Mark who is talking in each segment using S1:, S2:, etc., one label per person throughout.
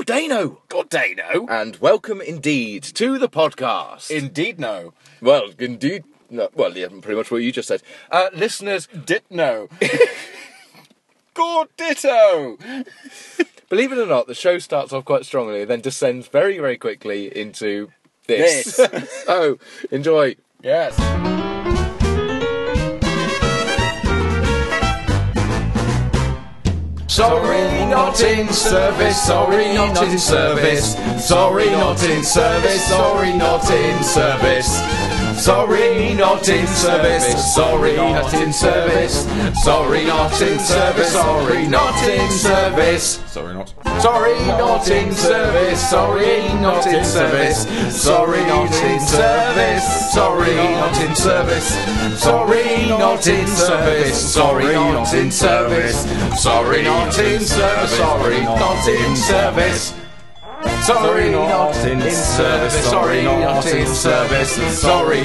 S1: Dano.
S2: God, Dano.
S3: Uh,
S1: And welcome indeed to the podcast.
S2: Indeed, no.
S1: well, indeed. No, well, yeah, pretty much what you just said. Uh, listeners,
S2: Dit no. God, ditto.
S1: believe it or not, the show starts off quite strongly and then descends very, very quickly into this. so, enjoy.
S2: Yes.
S4: Sorry, not in service. Sorry, not in service. Sorry, not in service. Sorry, not in service. Sorry, not in service. Sorry, not in service. Sorry, not in service. Sorry, not in service.
S5: Sorry, not.
S4: Sorry, not in service. Sorry, not in service. Sorry, not in service. Sorry, not in service. Sorry, not in service. Sorry, not in service. Sorry, not in service. Sorry, not in service. Sorry, not in service. Sorry, not in service. Sorry, not in service. Sorry,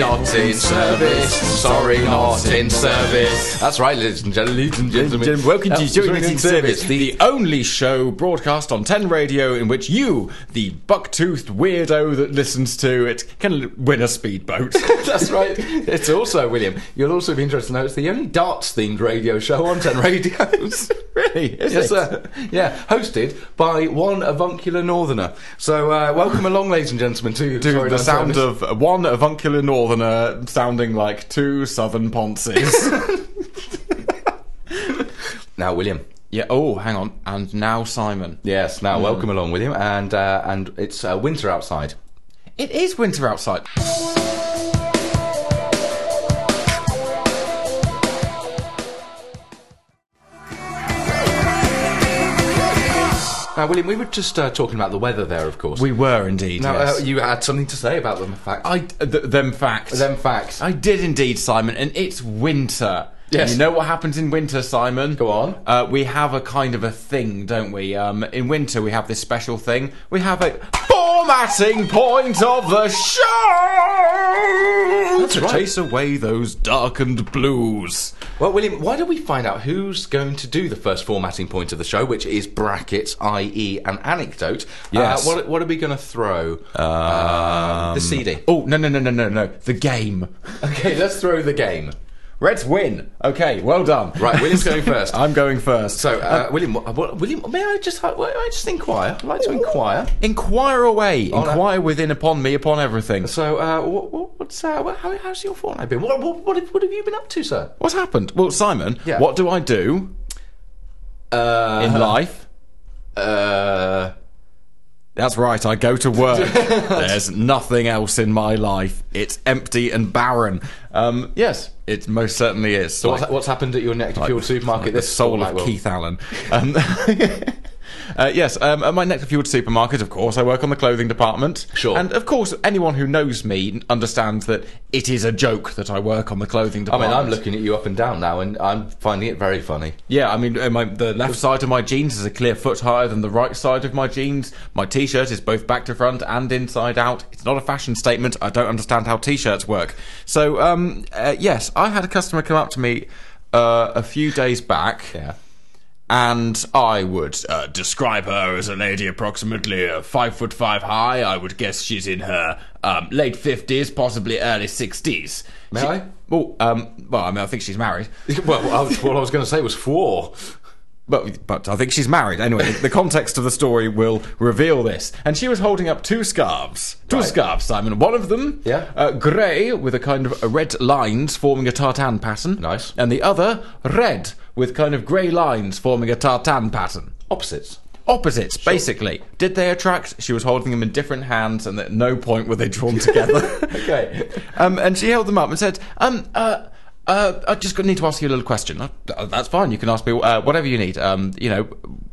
S4: not in service. That's right, ladies and gen- ladies and gentlemen.
S5: Welcome to
S4: Uh,
S5: Sorry
S4: sorry,
S5: Not in Service, the only show broadcast on 10 Radio in which you, the buck-toothed weirdo that listens to it, can l- win a speedboat.
S4: That's right. It's also, William, you'll also be interested to know it's the only darts themed radio show on 10 radios.
S5: really? Is
S4: yes,
S5: it?
S4: sir. Yeah, hosted by one avuncular northerner. So, uh, welcome along, ladies and gentlemen, to,
S5: To
S4: Sorry,
S5: the
S4: no,
S5: sound
S4: sorry,
S5: of one avuncular northerner sounding like two southern ponces.
S4: Now, William.
S5: yeah, oh, hang on. And now Simon.
S4: Yes,
S5: Mm.
S4: now, welcome along, William. And, uh, and it's uh, winter outside.
S5: It is winter outside.
S4: Now, William, we were just uh, talking about the weather there, of course.
S5: We were indeed.
S4: now,
S5: yes.
S4: uh, you had something to say about them, in fact.
S5: I th- them facts.
S4: them facts.
S5: I did indeed, Simon, and it's winter.
S4: Yes.
S5: And you know what happens in winter, Simon?
S4: Go on.
S5: Uh, we have a kind of a thing, don't we? Um, in winter, we have this special thing. We have a formatting point of the show to
S4: right.
S5: chase away those darkened blues.
S4: Well, William, why don't we find out who's going to do the first formatting point of the show, which is brackets, i.e., an anecdote?
S5: Yes. Uh.
S4: Uh, what, what are we going to throw? Um, the CD.
S5: Oh no no no no no no! The game.
S4: Okay, let's throw the game.
S5: Reds win. Okay, well done.
S4: Right, William's going first.
S5: I'm going first.
S4: So, uh, William, what, what, William, may I just uh, may I just inquire? I'd like to inquire.
S5: inquire away.
S4: no.
S5: Inquire within, upon me, upon everything.
S4: So, uh, what, what, what's uh, what, how, how's your fortnight been? What, what, what, have, what have you been up to, sir?
S5: What's happened? Well, Simon,
S4: Yeah.
S5: what do I do
S4: Uh,
S5: in life?
S4: uh,
S5: That's right, I go to work. There's nothing else in my life. It's empty and barren. Um,
S4: yes.
S5: it most certainly is.
S4: So, what's, what's happened at your neck to fuel supermarket?
S5: like
S4: this
S5: the soul
S4: fortnight,
S5: of
S4: Will?
S5: Keith Allen. Um, uh, yes, um, at my next fueled supermarket, of course, I work on the clothing department.
S4: Sure.
S5: And of course, anyone who knows me understands that it is a joke that I work on the clothing
S4: I mean,
S5: department.
S4: I'm looking at you up and down now, and I'm finding it very funny.
S5: Yeah, I mean, uh, my, the left side of my jeans is a clear foot higher than the right side of my jeans. My t shirt is both back to front and inside out. It's not a fashion statement. I don't understand how t shirts work. So, um, uh, yes, I had a customer come up to me uh, a few days back.
S4: Yeah.
S5: And I would uh, describe her as a lady approximately uh, five foot five high. I would guess she's in her um, late fifties, possibly early sixties.
S4: May
S5: She-
S4: I?
S5: Well, um, well, I mean, I think she's married.
S4: Well, I was, what I was going to say was four.
S5: But, but I think she's married. Anyway, the context of the story will reveal this. And she was holding up two scarves. Two
S4: Right.
S5: scarves, Simon. One of them,
S4: Yeah.
S5: uh, grey, with a kind of red lines forming a tartan pattern.
S4: Nice.
S5: And the other, red, with kind of grey lines forming a tartan pattern.
S4: Opposites.
S5: Opposites, basically. Did they attract? She was holding them in different hands, and at no point were they drawn together.
S4: Okay.
S5: Um, and she held them up and said, um, uh, uh, I just need to ask you a little question. Uh, uh, That's fine. You can ask me uh, whatever you need. Um, you know,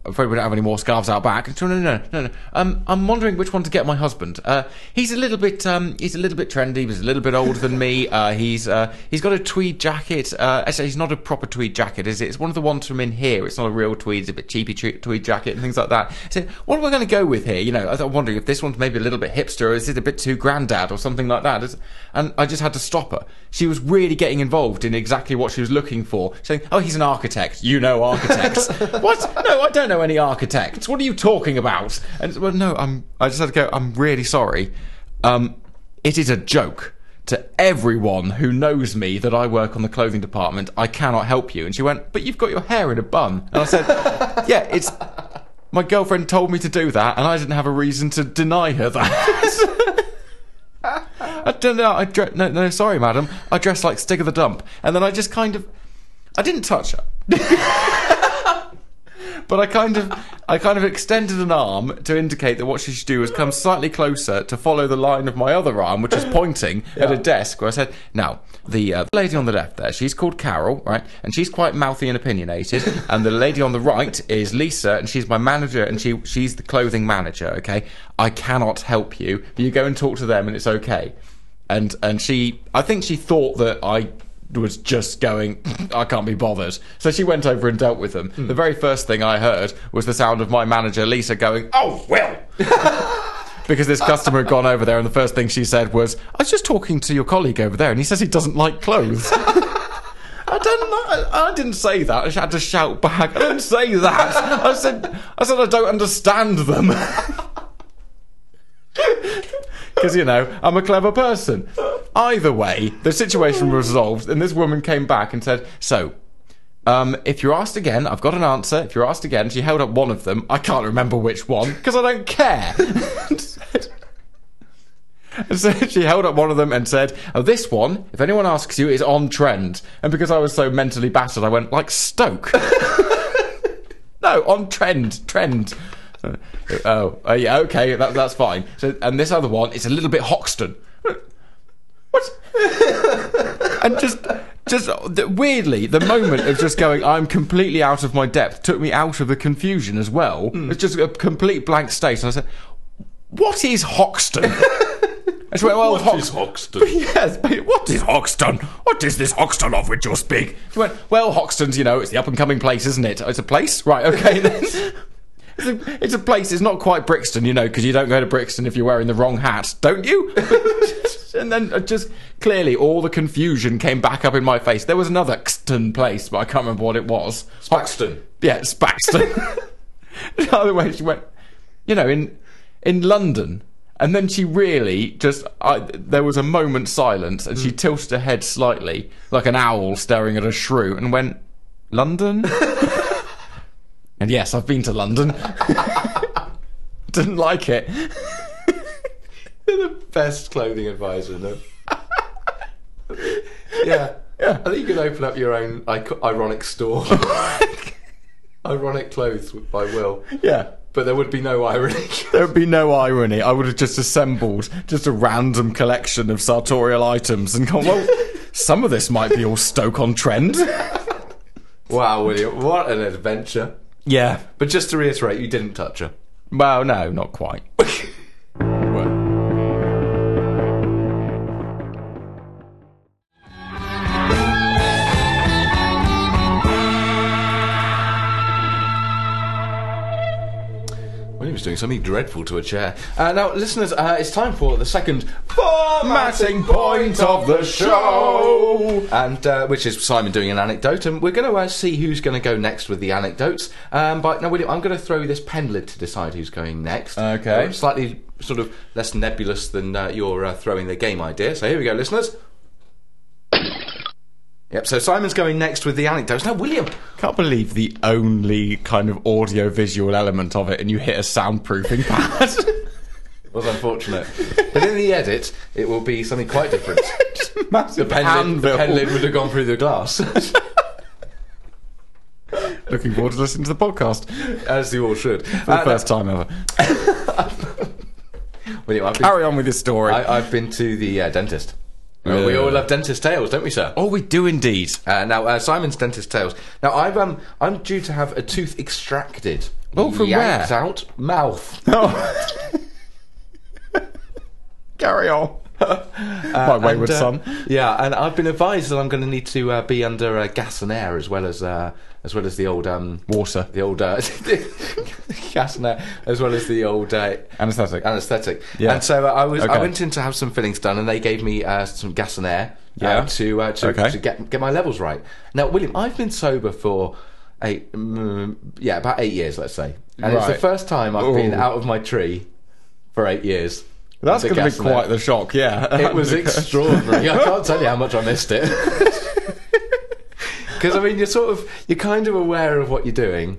S5: I'm afraid we don't have any more scarves out back. And she went, No, no, no, no. Um, I'm wondering which one to get my husband. Uh, he's a little bit, um, he's a little bit trendy. He's a little bit older than me. Uh, he's uh, he's got a tweed jacket. Uh, actually, he's not a proper tweed jacket, is it? It's one of the ones from in here. It's not a real tweed. It's a bit cheapy twe- tweed jacket and things like that. I said, what are we going to go with here? You know, I thought- I'm wondering if this one's maybe a little bit hipster or is it a bit too grandad or something like that. It's- And I just had to stop her. She was really getting involved. looked in exactly what she was looking for, saying, "Oh, he's an architect. You know architects. what? No, I don't know any architects. What are you talking about?" And it's, well, no, I'm. I just had to go. I'm really sorry. Um, it is a joke to everyone who knows me that I work on the clothing department. I cannot help you. And she went, "But you've got your hair in a bun." And I said, "Yeah, it's." My girlfriend told me to do that, and I didn't have a reason to deny her that. I don't know. I dre- no, no, sorry, madam. I dressed like Stig of the Dump, and then I just kind of, I didn't touch her, but I kind of, I kind of extended an arm to indicate that what she should do was come slightly closer to follow the line of my other arm, which was pointing at a desk. Where I said, "Now, the uh, lady on the left there, she's called Carol, right? And she's quite mouthy and opinionated. and the lady on the right is Lisa, and she's my manager, and she she's the clothing manager. Okay, I cannot help you, but you go and talk to them, and it's okay." and and she I think she thought that I was just going I can't be bothered. So she went over and dealt with them. The very first thing I heard was the sound of my manager Lisa going, "Oh, well." because this customer had gone over there and the first thing she said was, "I was just talking to your colleague over there and he says he doesn't like clothes." I don't know. I, I didn't say that. I had to shout back. I didn't say that. I said, I said I don't understand them. Because, you know, I'm a clever person. Either way, the situation was resolved, and this woman came back and said, So, um, if you're asked again, I've got an answer. If you're asked again, she held up one of them. I can't remember which one, because I don't care. And said- and so she held up one of them and said, oh, This one, if anyone asks you, is on trend. And because I was so mentally battered, I went, Like Stoke. No, on trend, trend. Uh, oh, uh, yeah, okay, that, that's fine. So, and this other one, it's a little bit Hoxton. What? and just, just th- weirdly, the moment of just going, I'm completely out of my depth, took me out of the confusion as well.
S4: Hmm.
S5: It's just a complete blank space, and I said, "What is Hoxton?" And she went, "Well,
S4: What is Hoxton?
S5: Yes, but what is Hoxton? What is this Hoxton of which you speak? She went, Well, Hoxton's, you know, it's the up and coming place, isn't it? It's a place? Right, okay then. It's a, it's a place, it's not quite Brixton, you know, because you don't go to Brixton if you're wearing the wrong hat, don't you? and then I just clearly all the confusion came back up in my face. There was another Xton place, but I can't remember what it was.
S4: Paxton.
S5: Yeah, it's Baxter. the other way she went, you know, in in London. And then she really just, I, there was a moment's silence, and she tilted her head slightly, like an owl staring at a shrew, and went, London? and yes, I've been to London. Didn't like it.
S4: Best clothing advisor, no? yeah. yeah. I think you could open up your own ico- ironic store. ironic clothes by Will.
S5: Yeah.
S4: But there would be no irony.
S5: There would be no irony. I would have just assembled just a random collection of sartorial items and gone, well, some of this might be all Stoke on trend.
S4: wow, William, what an adventure.
S5: Yeah.
S4: But just to reiterate, you didn't touch her.
S5: Well, no, not quite.
S4: William's doing something dreadful to a chair. Uh, now, listeners, uh, it's time for the second formatting point of the show, and uh, which is Simon doing an anecdote, and we're going to uh, see who's going to go next with the anecdotes. Um, but now, William, I'm going to throw this pen lid to decide who's going next.
S5: Okay.
S4: Uh, slightly sort of less nebulous than uh, your uh, throwing the game idea. So here we go, listeners. Yep. So Simon's going next with the anecdotes. Now, William,
S5: Can't believe the only kind of audio visual element of it, and you hit a soundproofing pad.
S4: was unfortunate, but in the edit, it will be something quite different.
S5: Massive
S4: pen lid, the
S5: anvil.
S4: pen lid would have gone through the glass,
S5: Looking forward to listening to the podcast for
S4: as you all should.
S5: the
S4: Uh,
S5: first time ever.
S4: William, I've been,
S5: Carry on with your story.
S4: I, have been to the uh, dentist. Uh, we all love dentist tales, don't we, sir?
S5: oh, we do indeed.
S4: Uh, now, uh, Simon's dentist tales. Now, I've um, I'm due to have a tooth extracted.
S5: Oh, from
S4: Yanked
S5: where?
S4: out mouth.
S5: Oh. Carry on.
S4: Uh, My
S5: wayward son.
S4: uh, Yeah, and I've been advised that I'm going to need to uh, be under uh, gas and air as well as uh, as well as the old um,
S5: Water.
S4: the old uh, gas and air as well as the old uh,
S5: Anesthetic.
S4: anesthetic.
S5: Yeah.
S4: And so uh, I was I
S5: Okay.
S4: went in to have some fillings done, and they gave me uh, some gas and air uh,
S5: Yeah.
S4: to uh, to,
S5: Okay.
S4: to get get my levels right. Now, William, I've been sober for eight, mm, yeah, about eight years, let's say, and it's the
S5: Right.
S4: first time I've been
S5: Ooh.
S4: out of my tree for eight years.
S5: That's
S4: The
S5: going to be
S4: gas and air.
S5: quite the shock, yeah.
S4: It was extraordinary. I can't tell you how much I missed it. Because I mean, you're sort of you're kind of aware of what you're doing,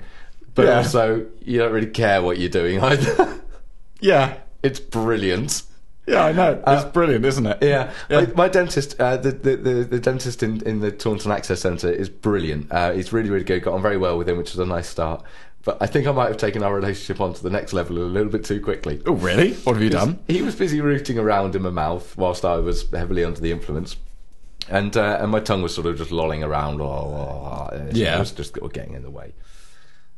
S4: but
S5: Yeah.
S4: also you don't really care what you're doing either.
S5: yeah.
S4: it's brilliant.
S5: Yeah, I know. It's brilliant, isn't it?
S4: Yeah, My, my dentist, uh, the, the, the the dentist in, in the Taunton Access Centre is brilliant. Uh, he's really really good. Got on very well with him, which was a nice start. But I think I might have taken our relationship on to the next level a little bit too quickly.
S5: Oh, really? What have you done?
S4: He was busy rooting around in my mouth whilst I was heavily under the influence. And uh, and my tongue was sort of just lolling around, oh, oh, oh, and
S5: Yeah.
S4: it was just sort of getting in the way.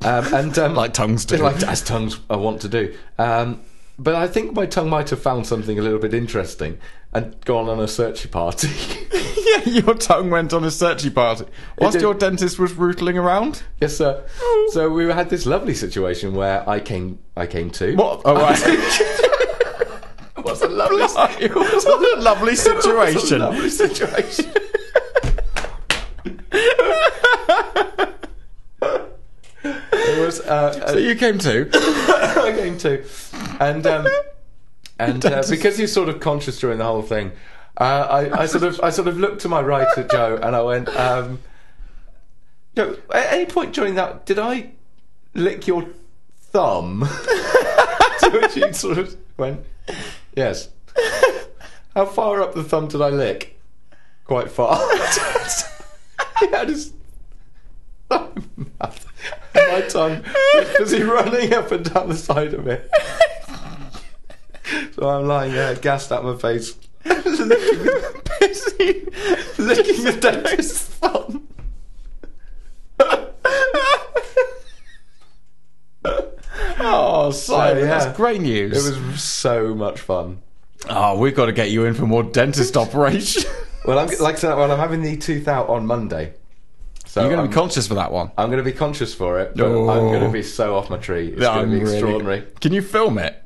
S4: Um, and um,
S5: Like tongues do.
S4: like as tongues I want to do. Um, but I think my tongue might have found something a little bit interesting and gone on a searchy party.
S5: yeah, your tongue went on a searchy party whilst
S4: did.
S5: your dentist was rootling around.
S4: yes, sir.
S5: Oh.
S4: So we had this lovely situation where I came, I came to.
S5: What? Oh, right.
S4: It was a lovely, it was a
S5: what a lovely situation.
S4: lovely situation. it was
S5: So
S4: uh,
S5: you came to.
S4: a game too, and um, and uh, because he's sort of conscious during the whole thing, uh, I, I sort of I sort of looked to my right at Joe and I went, um, Joe, at any point during that, did I lick your thumb? to which he sort of went, yes. How far up the thumb did I lick? Quite far. he had his thumb out. And my tongue was busy running up and down the side of it. so I'm lying there, gassed out my face, licking, busy licking the dentist's thumb.
S5: Oh, Simon,
S4: yeah.
S5: that's great news.
S4: It was so much fun.
S5: Oh, we've got to get you in for more dentist operation.
S4: Well, I'm like I said, well, I'm having the tooth out on Monday. So
S5: You're going to
S4: I'm-
S5: be conscious for that one.
S4: I'm going to be conscious for it, but
S5: Oh.
S4: I'm going to be so off my tree. It's going
S5: I'm
S4: to be
S5: really-
S4: extraordinary.
S5: Can you film it?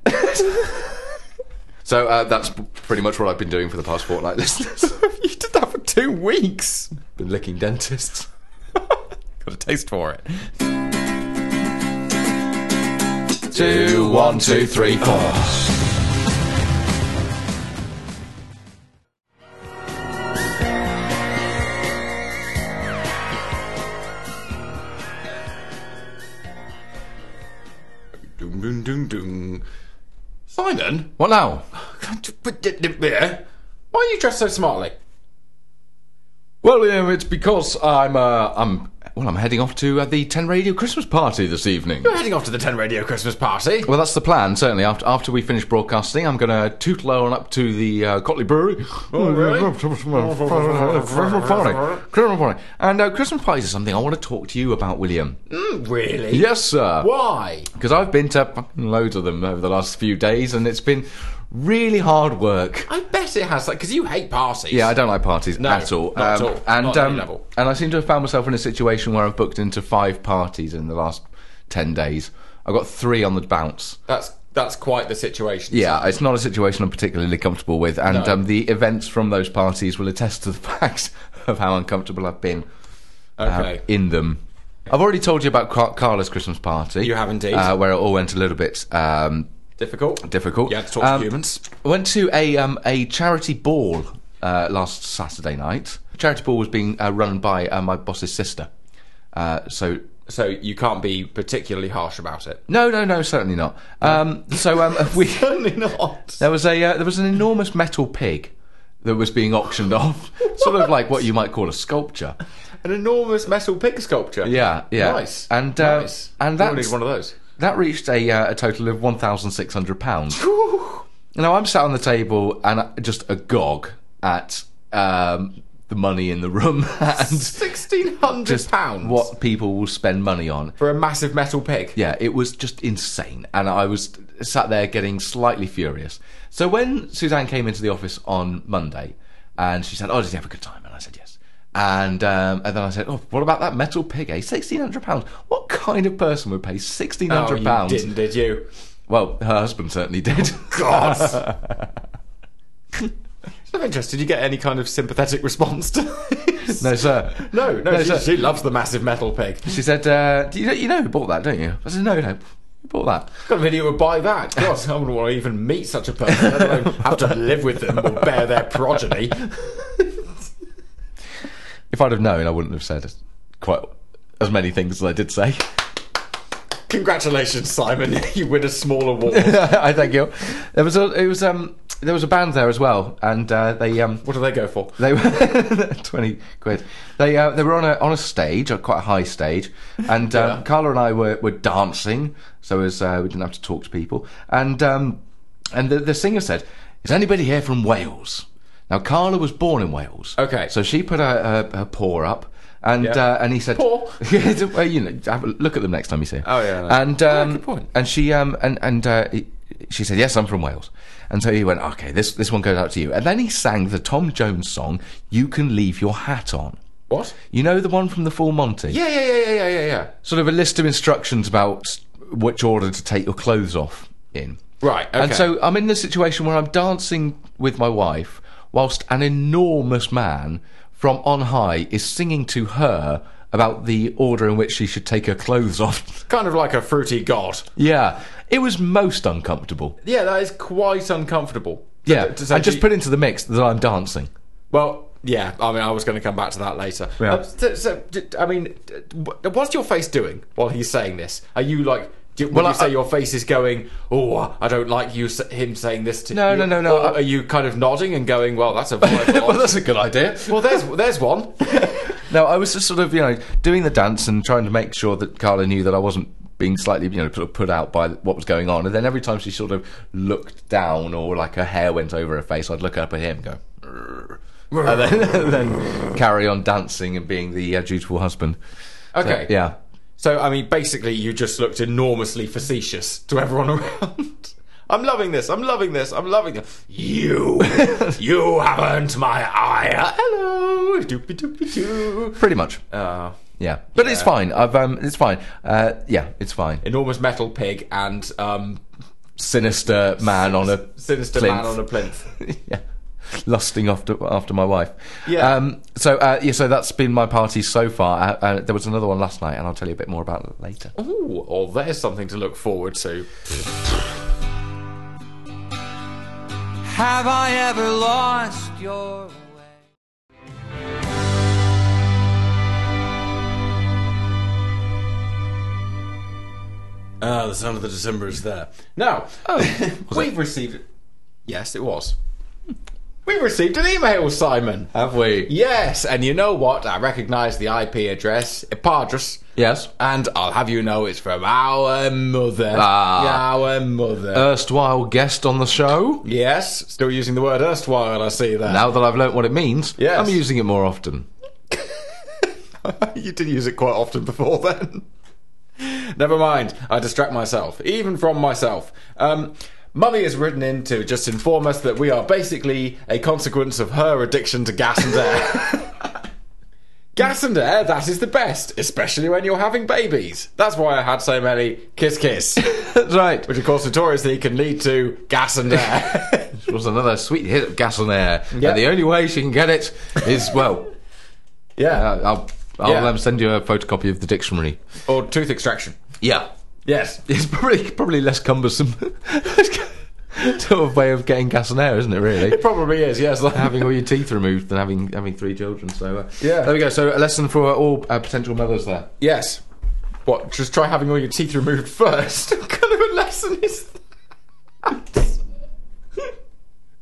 S4: So uh, that's p- pretty much what I've been doing for the past fortnight, listeners.
S5: you did that for two weeks.
S4: been licking dentists.
S5: Got a taste for it.
S4: Two, one, two, three, four.
S5: Doom, doom, doom, doom. Simon, what now? Why are you dressed so smartly?
S4: Well, um, it's because I'm, uh, I'm, well, I'm heading off to uh, the Ten Radio Christmas party this evening.
S5: We're heading off to the Ten Radio Christmas party.
S4: Well, that's the plan. Certainly, after after we finish broadcasting, I'm going to tootle on up to the uh, Cotley Brewery. Christmas party, Christmas party, and uh, Christmas parties is something I want to talk to you about, William.
S5: Hmm? Really?
S4: Yes, sir.
S5: Why?
S4: Because I've been to fucking loads of them over the last few days, and it's been really hard work.
S5: I bet it has that because you hate parties.
S4: Yeah, I don't like parties at all.
S5: not at all.
S4: And
S5: Not at any
S4: um,
S5: level.
S4: and I seem to have found myself in a situation where I've booked into five parties in the last ten days. I've got three on the bounce.
S5: That's that's quite the situation.
S4: Yeah, it's not a situation I'm particularly comfortable with, and um, the events from those parties will attest to the fact of how uncomfortable I've been uh,
S5: Okay.
S4: in them. I've already told you about Car- Carla's Christmas party.
S5: You have indeed.
S4: uh, where it all went a little bit um,
S5: Difficult.
S4: difficult.
S5: You had to talk
S4: Um,
S5: to humans.
S4: I went to a um, a charity ball uh, last Saturday night. Charity ball was being uh, run by uh, my boss's sister. Uh, so
S5: So you can't be particularly harsh about it.
S4: no, no, no, certainly not. Um, so um, we certainly not. There was a uh, there was an enormous metal pig that was being auctioned off, sort of like what you might call a sculpture.
S5: An enormous metal pig sculpture.
S4: Yeah, yeah.
S5: Nice.
S4: And uh,
S5: nice.
S4: and
S5: You all
S4: that's-
S5: need one of those.
S4: That reached a uh, a total of one thousand six hundred pounds. Now I'm sat on the table and I- just agog at um, the money in the room and
S5: Sixteen hundred
S4: just
S5: pounds.
S4: what people will spend money on.
S5: for a massive metal pig?
S4: Yeah, it was just insane, and I was sat there getting slightly furious. So when Suzanne came into the office on Monday, and she said, "Oh, did you have a good time?" and I said, "Yes." And um, and then I said, "Oh, what about that metal pig? Eh, sixteen hundred pounds. What kind of person would pay sixteen
S5: Oh,
S4: hundred
S5: you
S4: pounds?"
S5: didn't, did you?
S4: Well, her husband certainly did.
S5: God. I'm interested. Did you get any kind of sympathetic response to this?
S4: no, sir.
S5: No, no, she,
S4: sir.
S5: she loves the massive metal pig.
S4: She said, uh, do you, you know who bought that, don't you? I said, no, no, who bought that?
S5: Got a video would buy that. God, I wouldn't want to even meet such a person, let alone have to live with them or bear their progeny.
S4: If I'd have known, I wouldn't have said quite as many things as I did say.
S5: Congratulations, Simon. You win a small award.
S4: I thank you. There was a, it was um, there was a band there as well, and uh, they um,
S5: What do they go for?
S4: They were twenty quid. They uh, they were on a on a stage, a quite a high stage, and um,
S5: Yeah.
S4: Carla and I were, were dancing, so as uh, we didn't have to talk to people. And um, and the, the singer said, "Is anybody here from Wales?" Now Carla was born in Wales.
S5: Okay.
S4: so she put her her, her paw up, and
S5: Yeah.
S4: uh, and he said,
S5: Paw?
S4: Yeah, well, you know, have a look at them next time you see. Her.
S5: Oh, yeah, no.
S4: and
S5: Yeah,
S4: um,
S5: good point.
S4: and she um and and uh, he- she said yes i'm from wales and so he went okay this this one goes out to you and then he sang the tom jones song you can leave your hat on
S5: What?
S4: you know the one from the full monty
S5: Yeah, yeah, yeah, yeah, yeah, yeah, yeah.
S4: sort of a list of instructions about which order to take your clothes off in
S5: Right, okay.
S4: and so i'm in the situation where i'm dancing with my wife whilst an enormous man from on high is singing to her about the order in which she should take her clothes off
S5: kind of like a fruity god.
S4: yeah it was most uncomfortable
S5: Yeah, that is quite uncomfortable.
S4: Yeah,
S5: To- to say
S4: and just
S5: to-
S4: put into the mix that I'm dancing.
S5: Well, yeah. I mean, I was going to come back to that later.
S4: Yeah.
S5: Uh, so, so, d- I mean, d- wh- what's your face doing while he's saying this? Are you like? Do, would
S4: Well,
S5: you
S4: I-
S5: say
S4: I-
S5: your face is going? Oh, I don't like you. s- Him saying this to
S4: No,
S5: you?"
S4: no, no, no,
S5: Or
S4: I-
S5: are you kind of nodding and going? Well, that's a viable
S4: well,
S5: option."
S4: that's a good idea.
S5: well, there's there's one.
S4: No, I was just sort of, you know, doing the dance and trying to make sure that Carla knew that I wasn't being slightly, you know, sort of put out by what was going on. And then every time she sort of looked down or like her hair went over her face, I'd look up at him and go, "Rrr." and then, and then carry on dancing and being the uh, dutiful husband. So,
S5: Okay.
S4: yeah.
S5: So, I mean, basically, you just looked enormously facetious to everyone around. I'm loving this. I'm loving this. I'm loving this. You, you have earned my ire. Hello, doopy doopy doo.
S4: Pretty much.
S5: Uh,
S4: Yeah. But it's fine. I've, um, it's fine. Uh, yeah, it's fine.
S5: enormous metal pig and um,
S4: Sinister man on a
S5: sinister man
S4: Plinth.
S5: on a plinth.
S4: yeah, lusting after after my wife.
S5: Yeah.
S4: Um, so uh, yeah, so that's been my party so far. Uh, uh, there was another one last night, and I'll tell you a bit more about it later.
S5: Ooh, oh, there's something to look forward to.
S6: Have I ever lost your way?
S7: Ah, the sound of the December is there.
S5: Now, we've received. Oh, Yes, it was. We've received an email, Simon.
S4: Have we?
S5: Yes, and you know what? I recognise the IP address, Epardras.
S4: Yes.
S5: And I'll have you know it's from our mother.
S4: Ah.
S5: Our mother.
S4: Erstwhile guest on the show.
S5: yes, still using the word erstwhile, I see that.
S4: Now that I've learnt what it means,
S5: Yes.
S4: I'm using it more often.
S5: you did use it quite often before then. Never mind, I distract myself, even from myself. Um, Mummy has written in to just inform us that we are basically a consequence of her addiction to gas and air. gas and air, that is the best, especially when you're having babies. That's why I had so many kiss kiss,
S4: That's right.
S5: which of course notoriously can lead to gas and air.
S4: It was another sweet hit of gas on air,
S5: Yeah.
S4: and the only way she can get it is well.
S5: yeah,
S4: uh, I'll I'll
S5: Yeah.
S4: um, send you a photocopy of the dictionary.
S5: or tooth extraction.
S4: Yeah.
S5: Yes.
S4: It's probably probably less cumbersome sort of way of getting gas and air, isn't it? Really,
S5: It probably is, yes.
S4: having all your teeth removed than having having three children. So uh,
S5: Yeah.
S4: there we go. So a lesson for all uh, potential mothers there.
S5: Yes. What? Just try having all your teeth removed first. what kind of a lesson is that?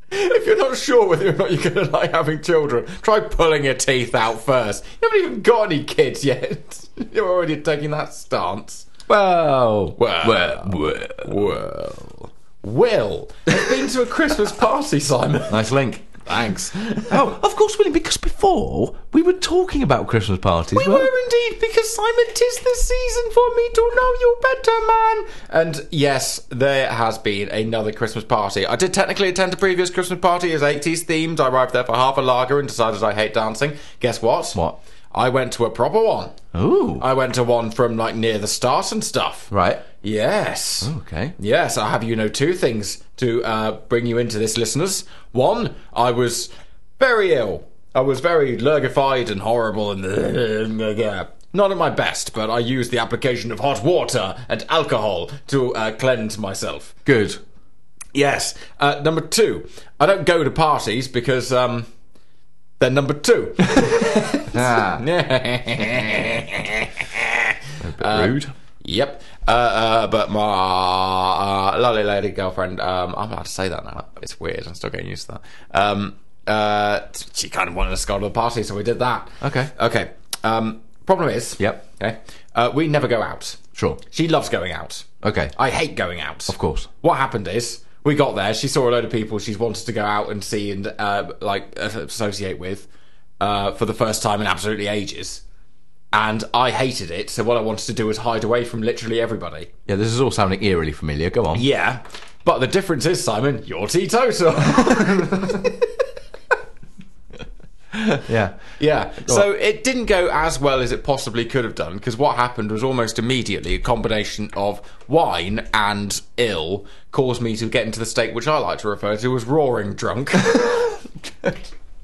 S5: if you're not sure whether or not you're going to like having children, try pulling your teeth out first. You haven't even got any kids yet. you're already taking that stance.
S4: Well,
S5: Well.
S4: well.
S5: Well, Will has been to a Christmas party, Simon.
S4: nice link.
S5: Thanks.
S4: Oh, of course, William, because before we were talking about Christmas parties.
S5: We
S4: weren't
S5: were indeed, because Simon, tis the season for me to know you better, man. And yes, there has been another Christmas party. I did technically attend a previous Christmas party as 80s themed. I arrived there for half a lager and decided I hate dancing. Guess what?
S4: What? Oh.
S5: I went to a proper one.
S4: Ooh.
S5: I went to one from like near the start and stuff.
S4: right.
S5: Yes.
S4: Okay.
S5: Yes, I have you know two things to uh, bring you into this, listeners. One, I was very ill. I was very lurgified and horrible and not at my best, but I used the application of hot water and alcohol to uh, cleanse myself.
S4: Good.
S5: Yes. Uh, number two, I don't go to parties because um, they're number two.
S4: Ah, rude.
S5: Yep. Uh, uh, but my uh, lovely lady girlfriend, um, I'm allowed to say that now. It's weird. I'm still getting used to that. Um, uh, she kind of wanted us to go to the party, so we did that.
S4: Okay.
S5: Okay. Um, problem is.
S4: Yep.
S5: Okay. Uh, we never go out.
S4: Sure.
S5: She loves going out.
S4: Okay.
S5: I hate going out.
S4: Of course.
S5: What happened is we got there. She saw a load of people she's wanted to go out and see and uh, like associate with uh, for the first time in absolutely ages. And I hated it. So what I wanted to do was hide away from literally everybody.
S4: Yeah, this is all sounding eerily familiar. Go on.
S5: Yeah. But the difference is, Simon, you're teetotal.
S4: Yeah.
S5: yeah. So it didn't go as well as it possibly could have done because what happened was almost immediately a combination of wine and ill caused me to get into the state which I like to refer to as roaring drunk.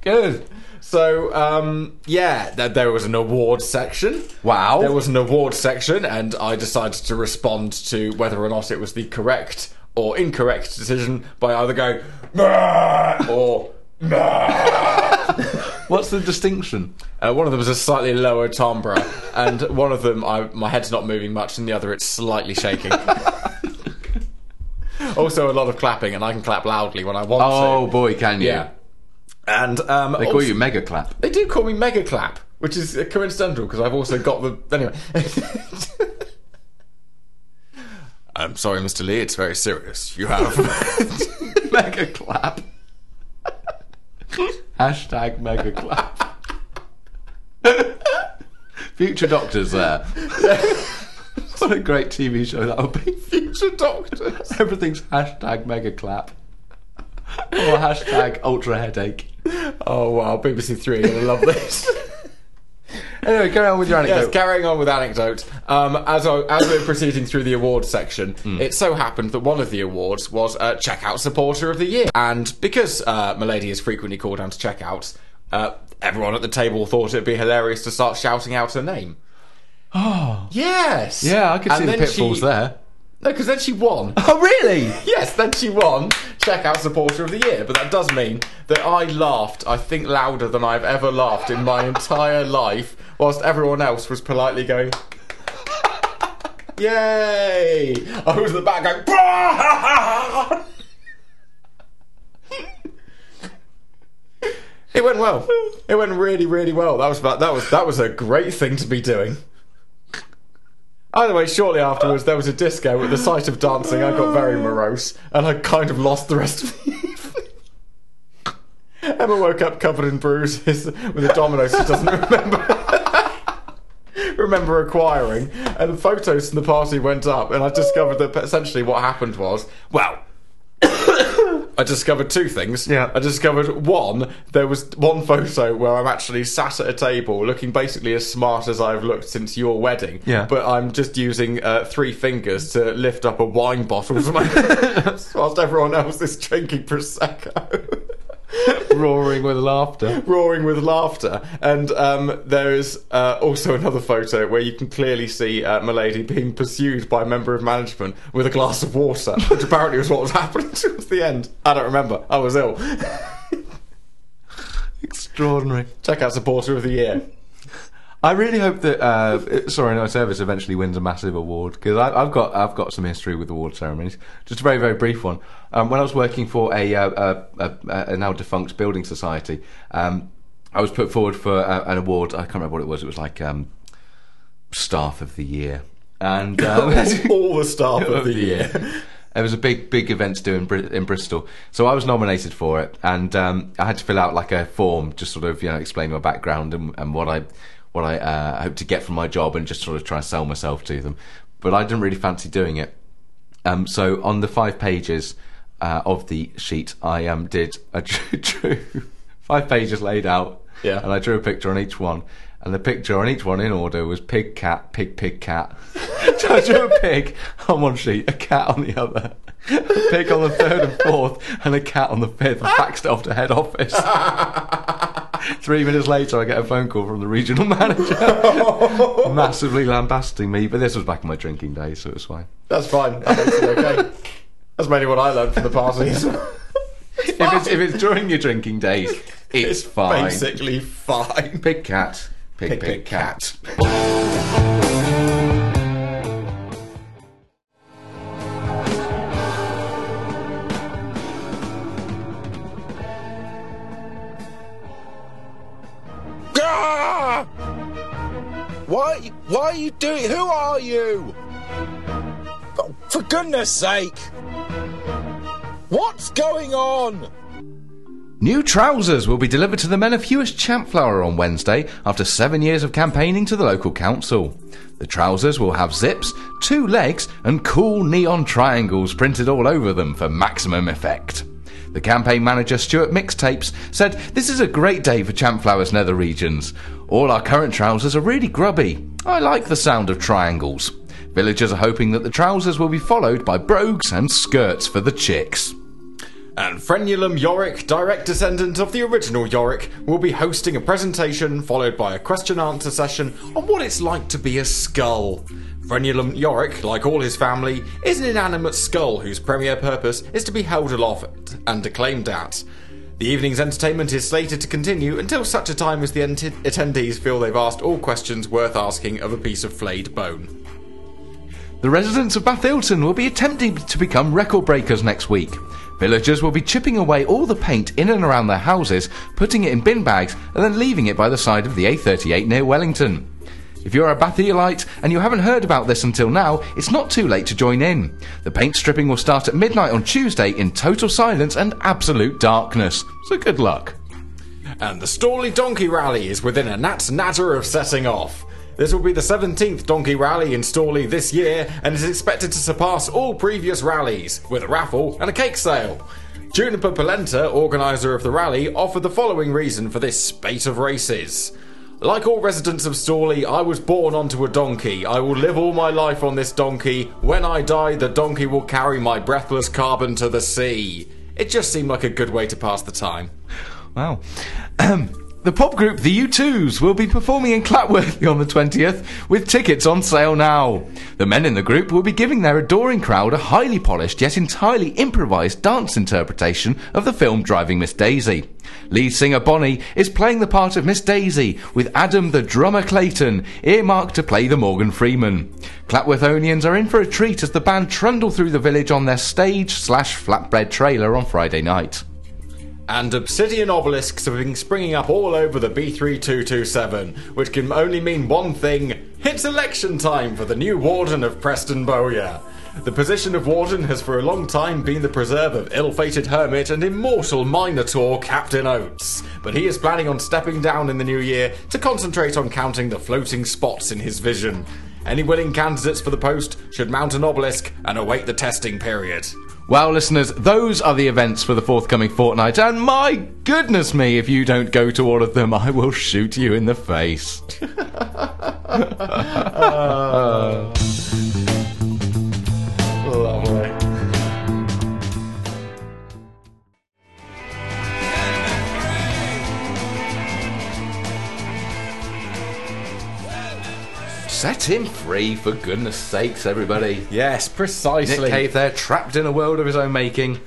S4: Good.
S5: So, um, yeah, th- there was an award section.
S4: Wow.
S5: There was an award section, and I decided to respond to whether or not it was the correct or incorrect decision by either going, "Bah!" or,
S4: What's the distinction?
S5: uh, one of them was a slightly lower timbre, and one of them, I, my head's not moving much, and the other, it's slightly shaking. also, a lot of clapping, and I can clap loudly when I want
S4: Oh
S5: to.
S4: boy, can you?
S5: Yeah. And, um,
S4: They call you Mega Clap.
S5: They do call me Mega Clap, which is uh, coincidental because I've also got the. Anyway. I'm sorry, Mr. Lee, it's very serious. You have.
S4: Mega Clap. Hashtag Mega Clap. Future Doctors there. what a great TV show that would be.
S5: Future doctors.
S4: Everything's hashtag Mega Clap. Or hashtag Ultra Headache.
S5: Oh, wow, BBC Three are going to love this.
S4: Anyway, carry on with your anecdote.
S5: Yes, carrying on with anecdotes. Um, as, I, as we're proceeding through the awards section,
S4: Hmm.
S5: it so happened that one of the awards was uh, Checkout Supporter of the Year. And because uh, Milady is frequently called down to checkouts, uh, everyone at the table thought it'd be hilarious to start shouting out her name. Oh. Yes.
S4: yeah, I could
S5: And
S4: see the
S5: then
S4: pitfalls
S5: she-
S4: there.
S5: No, because then she won.
S4: Oh, really?
S5: yes, then she won Checkout Supporter of the Year. But that does mean that I laughed, I think, louder than I've ever laughed in my entire life, whilst everyone else was politely going, Yay! I was in the back going, "Bah!" It went well. It went really, really well. That was about, that was that was a great thing to be doing. Either way, shortly afterwards, there was a disco. At the sight of dancing, I got very morose, and I kind of lost the rest of the evening. Emma woke up covered in bruises with a domino she doesn't remember remember acquiring, and photos from the party went up, and I discovered that essentially what happened was, well. I discovered two things.
S4: Yeah.
S5: I discovered one, there was one photo where I'm actually sat at a table looking basically as smart as I've looked since your wedding.
S4: Yeah.
S5: But I'm just using uh, three fingers to lift up a wine bottle to my lips whilst everyone else is drinking Prosecco.
S4: Roaring with laughter.
S5: roaring with laughter. And um, there is uh, also another photo where you can clearly see uh, Milady being pursued by a member of management with a glass of water, which apparently was what was happening towards the end. I don't remember. I was ill.
S4: Extraordinary.
S5: Check out supporter of the year.
S4: I really hope that uh, it- Sorry No Service eventually wins a massive award because I've got I've got some history with award ceremonies. Just a very very brief one. Um, when I was working for a, uh, a, a, a now defunct building society, um, I was put forward for uh, an award. I can't remember what it was. It was like um, Staff of the Year, and um,
S5: Oh, All the staff of the year.
S4: It was a big, big event to do in, Bri- in Bristol. So I was nominated for it, and um, I had to fill out like a form, just sort of you know explain my background and, and what I what I uh, hope to get from my job, and just sort of try and sell myself to them. But I didn't really fancy doing it. Um, so on the five pages uh, of the sheet, I um, did I drew, drew five pages laid out,
S5: Yeah.
S4: and I drew a picture on each one. And the picture on each one in order was pig, cat, pig, pig, cat. so I drew a pig on one sheet, a cat on the other, a pig on the third and fourth, and a cat on the fifth. I faxed it off to head office. Three minutes later, I get a phone call from the regional manager, massively lambasting me. But this was back in my drinking days, so it was fine.
S5: That's fine. That makes it okay. That's mainly what I learned from the parties.
S4: if it's if it's during your drinking days, it's, fine.
S5: Basically fine.
S4: Pig cat, pig pig,
S5: Pig, pig,
S4: cat.
S3: Ah! Why? Why are you doing? Who are you? Oh, for goodness' sake! What's going on?
S4: New trousers will be delivered to the men of Hewish Champflower on Wednesday after seven years of campaigning to the local council. The trousers will have zips, two legs, and cool neon triangles printed all over them for maximum effect. The campaign manager Stuart Mixtapes said, This is a great day for Champflower's nether regions. All our current trousers are really grubby. I like the sound of triangles. Villagers are hoping that the trousers will be followed by brogues and skirts for the chicks.
S5: And Frenulum Yorick, direct descendant of the original Yorick, will be hosting a presentation followed by a question answer session on what it's like to be a skull. Frenulum Yorick, like all his family, is an inanimate skull whose premier purpose is to be held aloft and acclaimed at. The evening's entertainment is slated to continue until such a time as the ent- attendees feel they've asked all questions worth asking of a piece of flayed bone.
S4: The residents of Bath Ilton will be attempting to become record breakers next week. Villagers will be chipping away all the paint in and around their houses, putting it in bin bags, and then leaving it by the side of the A38 near Wellington. If you're a Bathiolite and you haven't heard about this until now, it's not too late to join in. The paint stripping will start at midnight on Tuesday in total silence and absolute darkness. So good luck.
S5: And the Storley Donkey Rally is within a gnat's natter of setting off. This will be the 17th Donkey Rally in Storley this year and is expected to surpass all previous rallies, with a raffle and a cake sale. Juniper Polenta, organiser of the rally, offered the following reason for this spate of races. Like all residents of Storley, I was born onto a donkey. I will live all my life on this donkey. When I die, the donkey will carry my breathless carbon to the sea. It just seemed like a good way to pass the time.
S4: Wow. the pop group The U2s will be performing in Clapworthy on the 20th, with tickets on sale now. The men in the group will be giving their adoring crowd a highly polished yet entirely improvised dance interpretation of the film Driving Miss Daisy. Lead singer Bonnie is playing the part of Miss Daisy, with Adam the drummer Clayton earmarked to play the Morgan Freeman. Clapworthonians are in for a treat as the band trundle through the village on their stage slash flatbread trailer on Friday night.
S5: And obsidian obelisks have been springing up all over the B3227, which can only mean one thing it's election time for the new warden of Preston Bowyer. The position of warden has for a long time been the preserve of ill fated hermit and immortal minotaur Captain Oates, but he is planning on stepping down in the new year to concentrate on counting the floating spots in his vision. Any willing candidates for the post should mount an obelisk and await the testing period.
S4: Well, listeners, those are the events for the forthcoming fortnight, and my goodness me, if you don't go to all of them, I will shoot you in the face. Set him free, for goodness sakes, everybody.
S5: Yes,
S4: Nick
S5: precisely.
S4: Cave there, trapped in a world of his own making.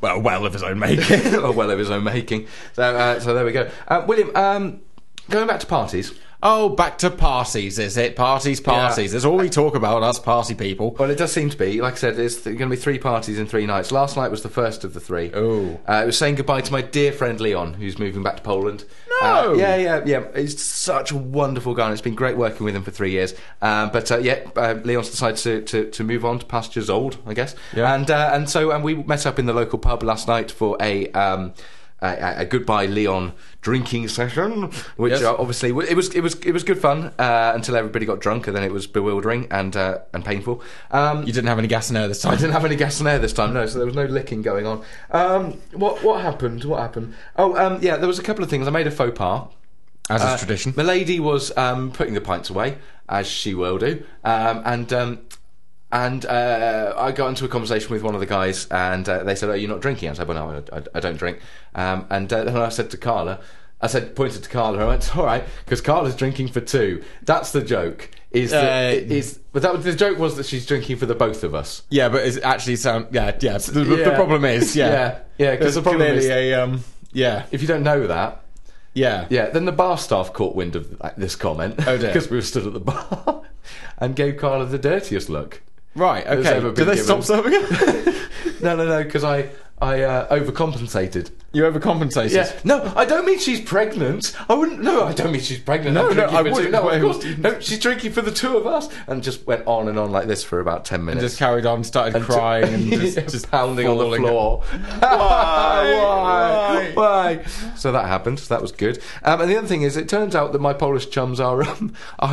S5: well, well of his own making.
S4: or well of his own making. So, uh, so there we go. Uh, William, um, going back to parties.
S5: oh, back to parties, is it? Parties, parties. That's all we talk about, us party people.
S4: Well, it does seem to be. Like I said, it's th- going to be three parties in three nights. Last night was the first of the three.
S5: Oh.
S4: Uh, it was saying goodbye to my dear friend Leon, who's moving back to Poland.
S5: No!
S4: Uh, yeah, yeah, yeah. He's such a wonderful guy, and it's been great working with him for three years. Um, but uh, yeah, uh, Leon's decided to, to, to move on to pastures old, I guess.
S5: Yeah.
S4: And uh, and so and we met up in the local pub last night for a. Um, a- a, a goodbye Leon drinking session, which
S5: Yes.
S4: uh, obviously w- it was it was it was good fun uh, until everybody got drunk and then it was bewildering and uh, and painful. Um,
S5: You didn't have any gas in there this
S4: I
S5: time.
S4: didn't have any gas in there this time, no, so there was no licking going on. Um, what what happened? What happened? Oh, um, yeah, there was a couple of things. I made a faux pas.
S5: As is
S4: Uh,
S5: tradition.
S4: Milady was um, putting the pints away, as she will do, um, and. Um, and uh, I got into a conversation with one of the guys, and uh, they said, "Oh, you're not drinking." I said, "Well, no, I, I, I don't drink." Um, and uh, then I said to Carla, I said, pointed to Carla, I went, "All right," because Carla's drinking for two. That's the joke. Is that,
S5: Uh,
S4: is but that was- the joke was that she's drinking for the both of us.
S5: Yeah, but it's actually sound. Yeah, yeah. The, the- the
S4: Yeah.
S5: problem is, yeah,
S4: Yeah, yeah, 'cause
S5: There's
S4: the problem
S5: clearly
S4: is-
S5: a um, yeah,
S4: If you don't know that,
S5: yeah,
S4: yeah, then the bar staff caught wind of th- this comment.
S5: Oh, dear.
S4: Because we were stood at the bar and gave Carla the dirtiest look.
S5: Right.
S4: That's
S5: Okay.
S4: ever
S5: Do
S4: been
S5: they
S4: given.
S5: stop serving it?
S4: No, no, no, because I, I uh, overcompensated.
S5: you overcompensated.
S4: Yeah. No, I don't mean she's pregnant. I wouldn't. No, I don't mean she's pregnant.
S5: No,
S4: I'm
S5: no,
S4: drinking
S5: I
S4: for two-
S5: wouldn't.
S4: No, of
S5: Well,
S4: course. No, she's drinking for the two of us, and just went on and on like this for about ten minutes.
S5: Just carried on, started
S4: And t-
S5: crying, and just, just
S4: pounding on the
S5: falling.
S4: floor.
S5: Why?
S4: Why? Why? So that happened. So that was good. Um, and the other thing is, it turns out that my Polish chums are um, are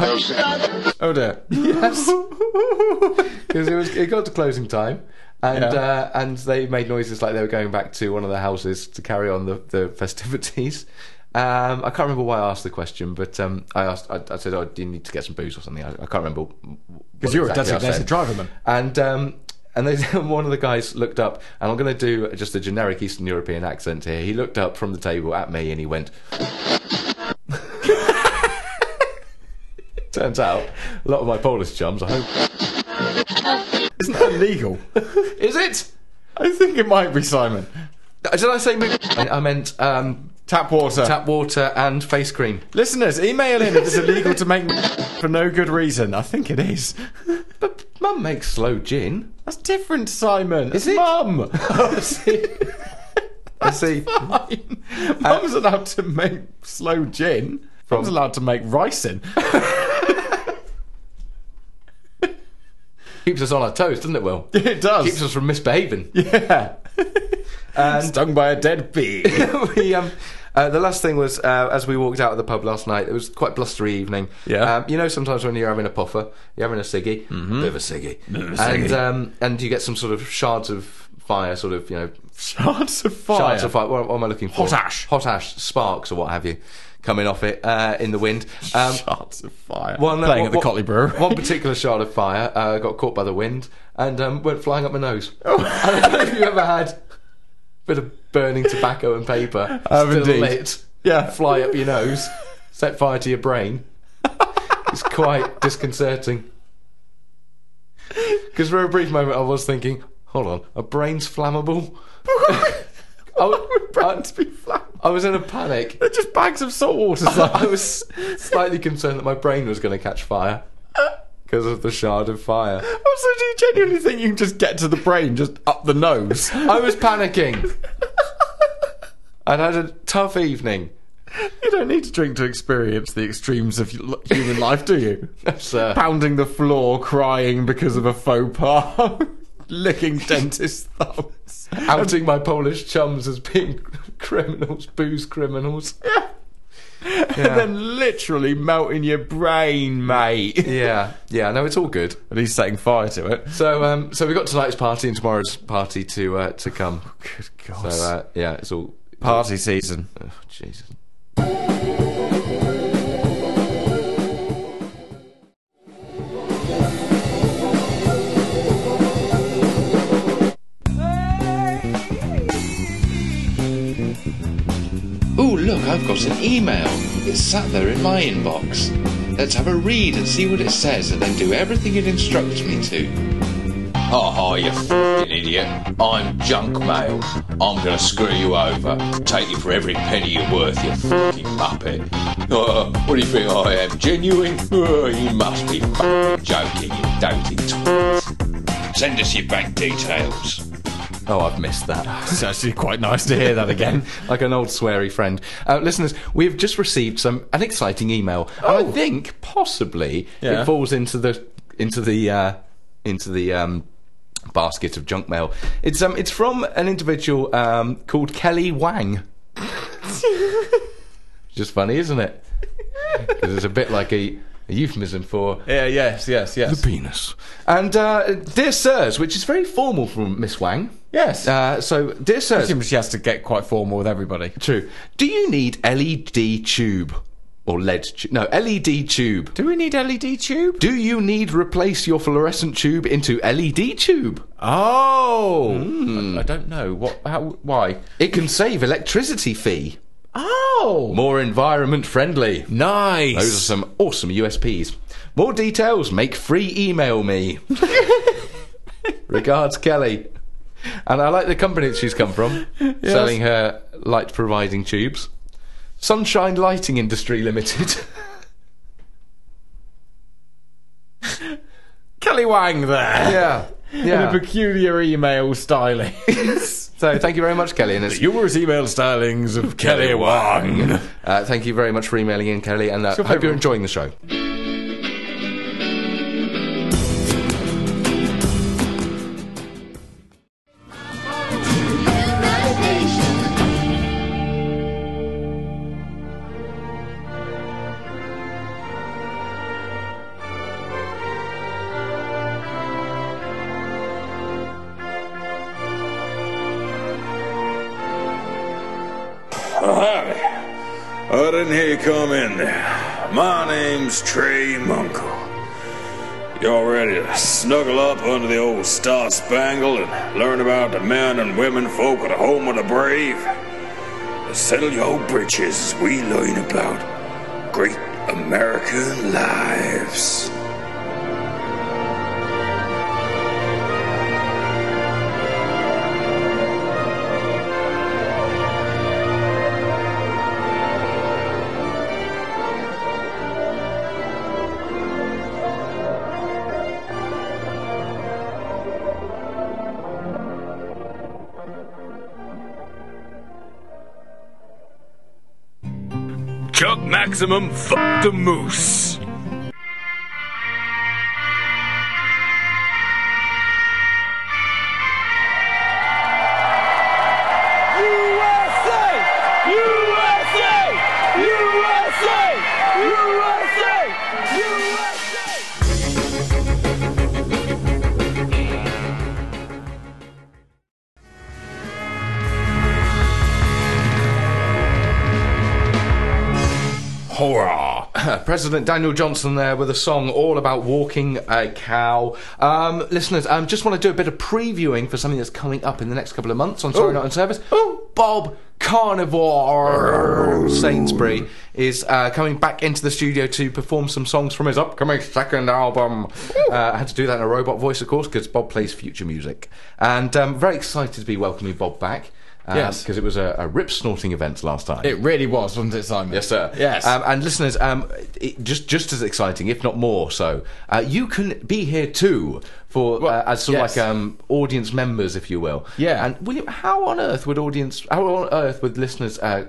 S5: Oh dear.
S4: yes, because it was it got to closing time. And
S5: Yeah.
S4: uh, and they made noises like they were going back to one of their houses to carry on the, the festivities. Um, I can't remember why I asked the question, but um, I asked. I, I said, "Oh, do you need to get some booze or something?" I, I can't remember
S5: Because
S4: because
S5: you're a designated driver, man.
S4: and um, and they, one of the guys looked up, and I'm going to do just a generic Eastern European accent here. He looked up from the table at me, and he went. Turns out, a lot of my Polish chums. I hope
S5: Isn't that illegal?
S4: is it?
S5: I think it might be Simon.
S4: Did I say? Mo- I, I meant um,
S5: Tap water.
S4: tap water and face cream.
S5: Listeners, email in if it's illegal to make for no good reason. I think it is.
S4: But Mum makes slow gin.
S5: That's different, Simon. Is
S4: it?
S5: Mum.
S4: I see. I see.
S5: Fine. Mum's allowed to make slow gin. Mum's allowed to make ricin.
S4: Keeps us on our toes, doesn't it, Will?
S5: It does.
S4: Keeps us from misbehaving.
S5: yeah.
S4: And
S5: Stung by a dead bee.
S4: we, um, uh, the last thing was uh, as we walked out of the pub last night. It was quite blustery evening.
S5: Yeah. Mm-hmm.
S4: Um, you know, sometimes when you're having a puffer, you're having a ciggy, bit of a ciggy,
S5: of a
S4: and
S5: ciggy.
S4: um, and you get some sort of shards of fire, sort of you know,
S5: Shards of fire.
S4: shards of fire. What, what am I looking for?
S5: Hot ash.
S4: hot ash, sparks, or what have you, coming off it uh, in the wind. Um,
S5: Shards of fire.
S4: one-
S5: Playing
S4: one-
S5: at the
S4: one-
S5: Cotley Brewer.
S4: One particular shard of fire uh, got caught by the wind and um, went flying up my nose.
S5: Oh.
S4: I don't know if you ever had a bit of burning tobacco and paper
S5: I have
S4: still
S5: indeed.
S4: lit
S5: Yeah.
S4: fly up your nose, set fire to your brain. It's quite disconcerting. Because for a brief moment, I was thinking, hold on, a brain's flammable? I, was,
S5: Brands be flat.
S4: I was in a panic.
S5: They're just bags of salt water.
S4: I was slightly concerned that my brain was going to catch fire because of the shard of fire.
S5: Also, do you genuinely think you can just get to the brain just up the nose?
S4: I was panicking. I'd had a tough evening.
S5: you don't need to drink to experience the extremes of l- human life, do you?
S4: sir.
S5: Pounding the floor, crying because of a faux pas, licking dentist thumbs.
S4: Outing my Polish chums as being criminals, booze criminals.
S5: And then literally melting your brain, mate.
S4: Yeah, yeah, no, it's all good.
S5: At least setting fire to it.
S4: So, um, so we got tonight's party and tomorrow's party to uh, to come.
S5: Good
S4: So,
S5: God.
S4: uh, yeah, it's all
S5: Party season.
S4: Oh, Jesus.
S3: Oh, look, I've got an email. It's sat there in my inbox. Let's have a read and see what it says and then do everything it instructs me to. Oh, you fucking idiot. I'm junk mail. I'm gonna screw you over. Take you for every penny you're worth, you fucking muppet. Uh, what do you think I am? Genuine? Uh, you must be fucking joking, you doting twat. Send us your bank details.
S5: Oh, I've missed that. It's actually quite nice to hear that again.
S4: like an old sweary friend. Uh, listeners, we've just received some an exciting email. And I think possibly
S5: Yeah.
S4: it falls into the into the uh, into the um, basket of junk mail. It's um it's from an individual um, called Kelly Wang. just funny, isn't it? 'Cause it's a bit like a, a euphemism for
S5: yeah, yes, yes, yes.
S4: penis. And uh, dear sirs, which is very formal from Miss Wang.
S5: Yes.
S4: Uh, so dear
S5: I
S4: sirs,
S5: assume she has to get quite formal with everybody.
S4: True. Do you need LED tube or LED? Tu- no, LED tube.
S5: Do we need LED tube?
S4: Do you need replace your fluorescent tube into LED tube? Hmm.
S5: Oh, I, I don't know what. How? Why?
S4: It can save electricity fee.
S5: Oh,
S4: More environment friendly.
S5: nice.
S4: Those are some awesome USPs. More details, make free email me. Regards, Kelly. And I like the company that she's come from, selling her light providing tubes. Sunshine Lighting Industry Limited.
S5: Kelly Wang there.
S4: yeah.
S5: In a
S4: Yeah.
S5: peculiar email styling.
S4: So thank you very much, Kelly. And it's
S5: Humorous email stylings of Kelly Wang.
S4: Uh, thank you very much for emailing in, Kelly, and uh,
S5: your
S4: hope you're
S5: favourite.
S4: enjoying the show.
S8: Hi. I didn't hear you come in there. My name's Trey Munkle. Y'all ready to snuggle up under the old star spangle and learn about the men and women folk of the home of the brave? Settle your britches as we learn about great American lives. Chuck Maximum, fuck the moose.
S5: Horror.
S4: President Daniel Johnson there with a song all about walking a cow. Um, listeners, um, just want to do a bit of previewing for something that's coming up in the next couple of months on Sorry Not in Service. Oh, Bob Carnivore Sainsbury is uh, coming back into the studio to perform some songs from his upcoming second album. Uh, I had to do that in a robot voice, of course, because Bob plays future music. And um, very excited to be welcoming Bob back. Uh,
S5: Yes.
S4: Because it was a, a rip snorting event last time.
S5: It really was, wasn't it, Simon?
S4: Yes, sir.
S5: Yes.
S4: Um, and listeners, um, it, just just as exciting, if not more so, uh, you can be here too for uh, as sort of
S5: yes.
S4: like um, audience members, if you will.
S5: Yeah.
S4: And William, how on earth would audience? How on earth would listeners uh,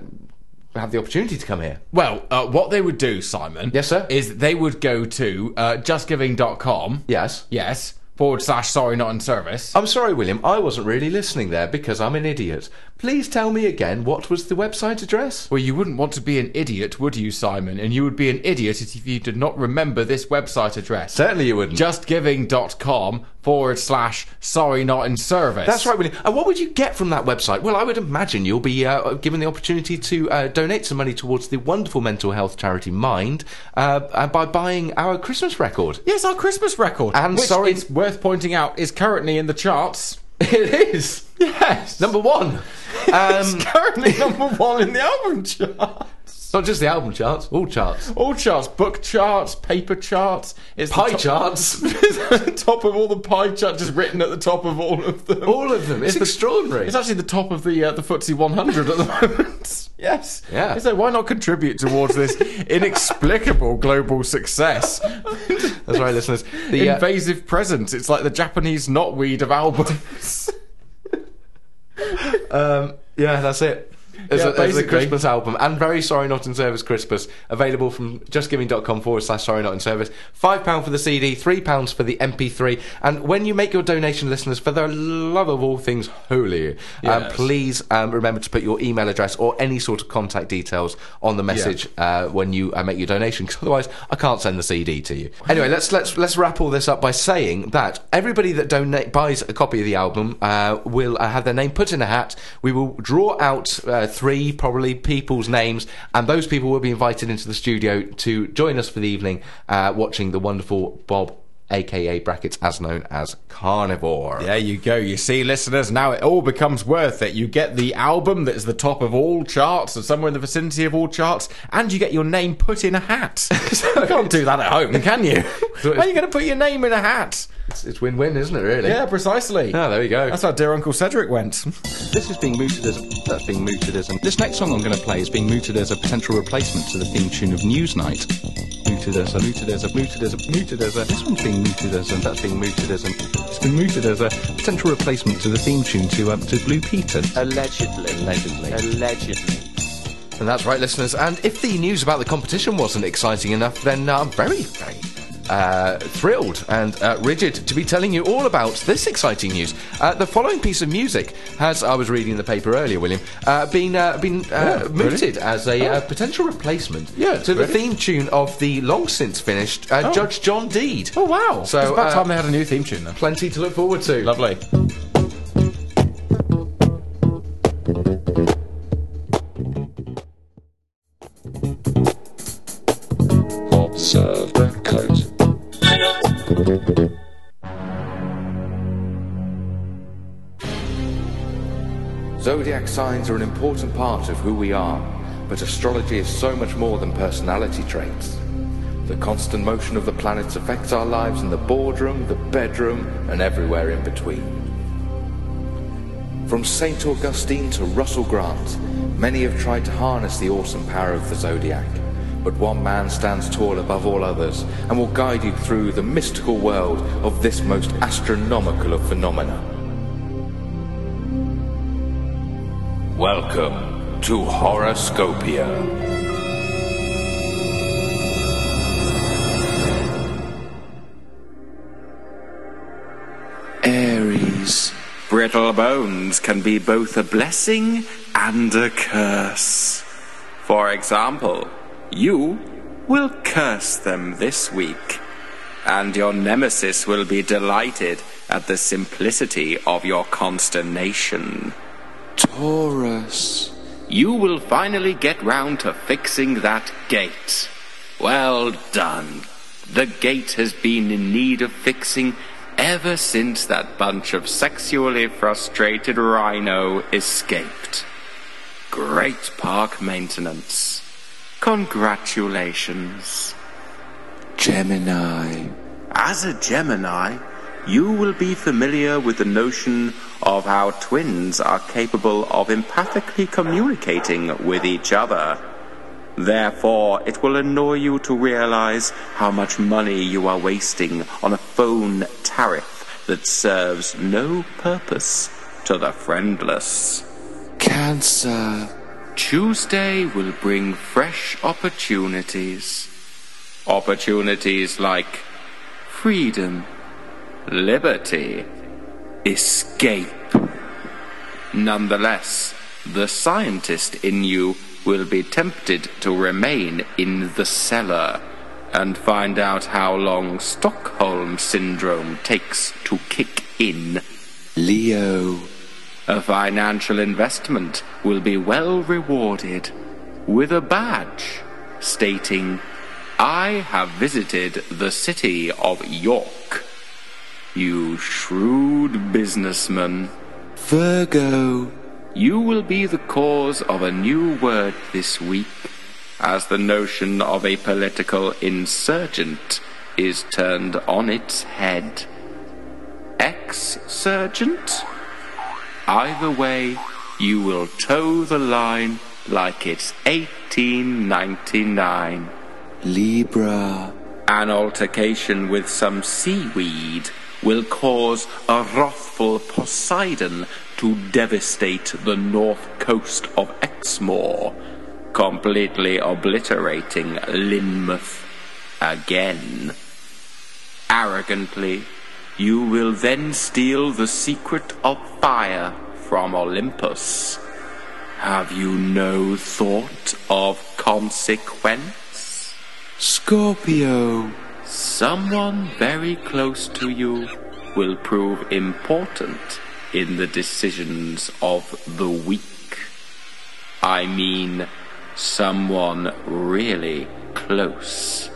S4: have the opportunity to come here?
S5: well, uh, what they would do, Simon.
S4: Yes, sir?
S5: Is they would go to uh, justgiving.com.
S4: Yes.
S5: Yes. Forward slash sorry not in service.
S4: I'm sorry, William. I wasn't really listening there because I'm an idiot. Please tell me again what was the website address?
S5: Well, you wouldn't want to be an idiot, would you, Simon? And you would be an idiot if you did not remember this website address.
S4: Certainly, you wouldn't.
S5: justgiving.com forward slash sorry not in service.
S4: That's right, William. And what would you get from that website? Well, I would imagine you'll be uh, given the opportunity to uh, donate some money towards the wonderful mental health charity Mind uh, uh, by buying our Christmas record.
S5: Yes, our Christmas record.
S4: And
S5: which
S4: sorry-
S5: it's worth pointing out is currently in the charts.
S4: It is
S5: Yes.
S4: number one. Um,
S5: currently number one in the album charts. charts.
S4: Not just the album charts, all charts.
S5: All charts, book charts, paper charts. It's the
S4: Pie
S5: top-
S4: charts.
S5: It's at the top of all the pie charts, just written at the top of all of them.
S4: All of them. It's,
S5: the-
S4: extraordinary.
S5: It's actually the top of the uh, the FTSE 100 at the moment. yes.
S4: Yeah.
S5: So why not contribute towards this inexplicable global success?
S4: That's right, listeners. The, uh,
S5: Invasive presence. It's like the Japanese knotweed of albums.
S4: Um, yeah, that's it. There's,
S5: Yeah,
S4: a, there's a
S5: basically.
S4: Christmas album and very sorry not in service Christmas available from justgiving.com forward slash sorry not in service. Five pound for the CD, three pounds for the MP3. And when you make your donation, listeners, for the love of all things holy, um,
S5: Yes.
S4: please um, remember to put your email address or any sort of contact details on the message uh, when you uh, make your donation. 'cause otherwise, I can't send the CD to you. Anyway, let's let's let's wrap all this up by saying that everybody that donate buys a copy of the album uh, will uh, have their name put in a hat. We will draw out uh, three probably people's names, and those people will be invited into the studio to join us for the evening, uh, watching the wonderful Bob. AKA brackets as known as Carnivore.
S5: There you go. You see, listeners, now it all becomes worth it. You get the album that's the top of all charts, or somewhere in the vicinity of all charts, and you get your name put in a hat. you can't do that at home, can you? Where are you going to put your name in a hat?
S4: It's, it's win win, isn't it, really?
S5: Yeah, precisely.
S4: Ah, there you go.
S5: That's how dear Uncle Cedric went.
S9: This is being mooted as that's being mooted as. This next song I'm going to play is being mooted as a potential replacement to the theme tune of Newsnight. Mooted as a mooted as a mooted as a mooted as a. This one's being mooted as and that's being mooted as and it's been mooted as a potential replacement to the theme tune to um, to Blue Peter.
S10: Allegedly. Allegedly. Allegedly.
S4: And that's right, listeners. And if the news about the competition wasn't exciting enough, then uh, I'm very, very uh, thrilled and uh, rigid to be telling you all about this exciting news. Uh, the following piece of music has, I was reading the paper earlier, William, uh, been uh, been uh, mooted as a uh, potential replacement
S5: Oh. Yeah,
S4: to the
S5: really?
S4: theme tune of the long since finished uh, Judge John Deed.
S5: Oh, wow.
S4: So,
S5: it's about
S4: uh,
S5: time they had a new theme tune then.
S4: Plenty to look forward to.
S5: Lovely.
S11: Observe code.
S4: Zodiac signs are an important part of who we are, but astrology is so much more than personality traits. The constant motion of the planets affects our lives in the boardroom, the bedroom, and everywhere in between. From St. Augustine to Russell Grant, many have tried to harness the awesome power of the zodiac, but one man stands tall above all others and will guide you through the mystical world of this most astronomical of phenomena.
S12: Welcome to Horoscopia.
S13: Aries. Brittle bones can be both a blessing and a curse. For example, you will curse them this week, and your nemesis will be delighted at the simplicity of your consternation. Taurus, you will finally get round to fixing that gate. Well done. The gate has been in need of fixing ever since that bunch of sexually frustrated rhino escaped. Great park maintenance. Congratulations. Gemini. As a Gemini, you will be familiar with the notion of how twins are capable of empathically communicating with each other. Therefore, it will annoy you to realize how much money you are wasting on a phone tariff that serves no purpose to the friendless. Cancer. Tuesday will bring fresh opportunities. Opportunities like freedom, liberty, escape. Nonetheless, the scientist in you will be tempted to remain in the cellar and find out how long Stockholm syndrome takes to kick in. Leo. A financial investment will be well rewarded with a badge stating, I have visited the city of York. You shrewd businessman. Virgo. You will be the cause of a new word this week as the notion of a political insurgent is turned on its head. Ex-surgent? Either way, you will toe the line like it's 1899. Libra. An altercation with some seaweed will cause a wrathful Poseidon to devastate the north coast of Exmoor, completely obliterating Lynmouth again. Arrogantly, you will then steal the secret of fire from Olympus. Have you no thought of consequence? Scorpio. Someone very close to you will prove important in the decisions of the weak. I mean, someone really close.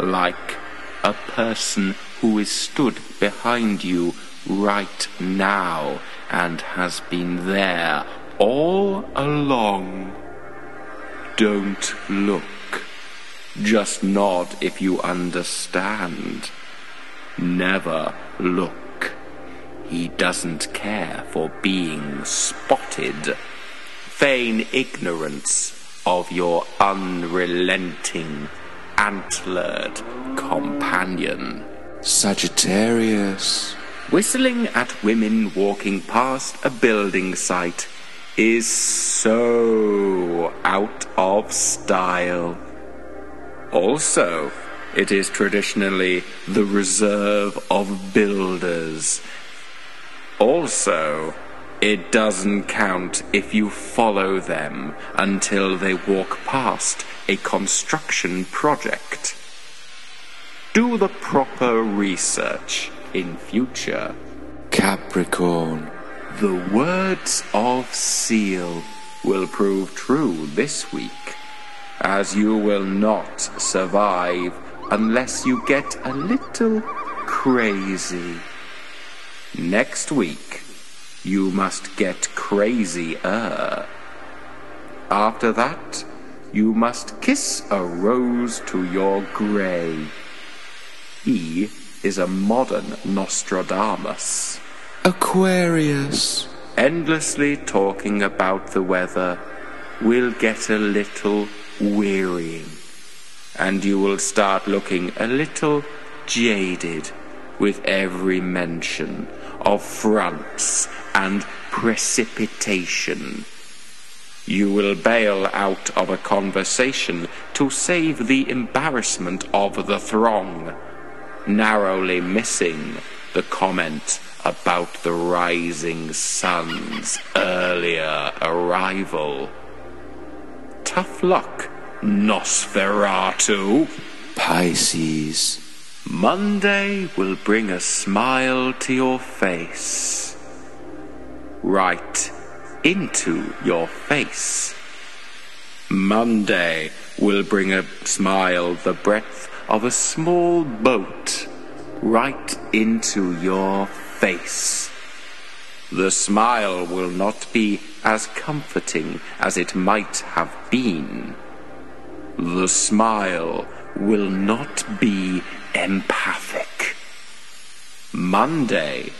S13: Like a person who is stood behind you right now and has been there all along. Don't look. Just nod if you understand. Never look. He doesn't care for being spotted. Feign ignorance of your unrelenting, antlered companion. Sagittarius. Whistling at women walking past a building site is so out of style. Also, it is traditionally the reserve of builders. Also, it doesn't count if you follow them until they walk past a construction project. Do the proper research in future. Capricorn. The words of Seal will prove true this week, as you will not survive unless you get a little crazy. Next week, you must get crazier. After that, you must kiss a rose to your grey. He is a modern Nostradamus. Aquarius. Endlessly talking about the weather will get a little wearying, and you will start looking a little jaded with every mention of fronts and precipitation. You will bail out of a conversation to save the embarrassment of the throng, narrowly missing the comment about the rising sun's earlier arrival. Tough luck, Nosferatu. Pisces. Monday will bring a smile to your face. Right into your face. Monday will bring a smile the breadth of a small boat right into your face. The smile will not be as comforting as it might have been. The smile will not be empathic. Monday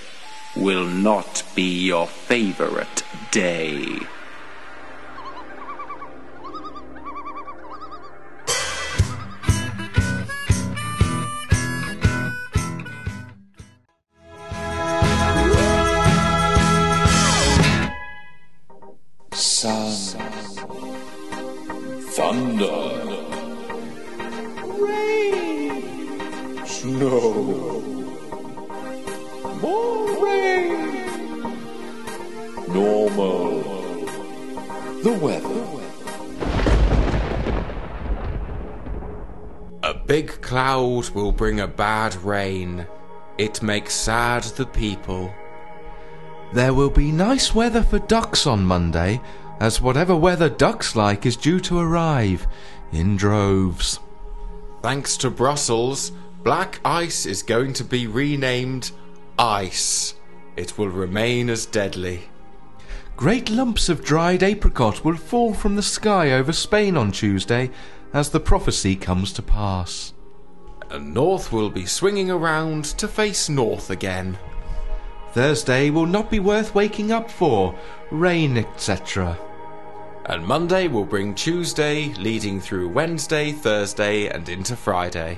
S13: will not be your favorite day.
S5: Big cloud will bring a bad rain. It makes sad the people. There will be nice weather for ducks on Monday, as whatever weather ducks like is due to arrive in droves. Thanks to Brussels, black ice is going to be renamed ice. It will remain as deadly.
S14: Great lumps of dried apricot will fall from the sky over Spain on Tuesday as the prophecy comes to pass.
S5: And north will be swinging around to face north again.
S14: Thursday will not be worth waking up for, rain, etc.
S5: And Monday will bring Tuesday, leading through Wednesday, Thursday, and into Friday.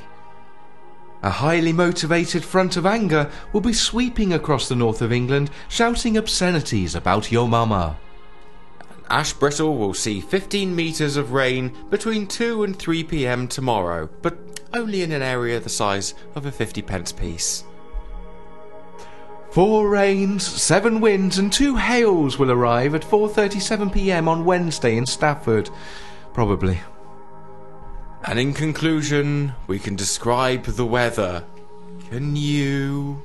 S14: A highly motivated front of anger will be sweeping across the north of England, shouting obscenities about your mama.
S5: Ash Brittle will see 15 metres of rain between 2 and 3 pm tomorrow, but only in an area the size of a 50 pence piece.
S14: Four rains, seven winds, and two hails will arrive at 4:37 p.m. on Wednesday in Stafford, probably.
S5: And in conclusion, we can describe the weather. Can you?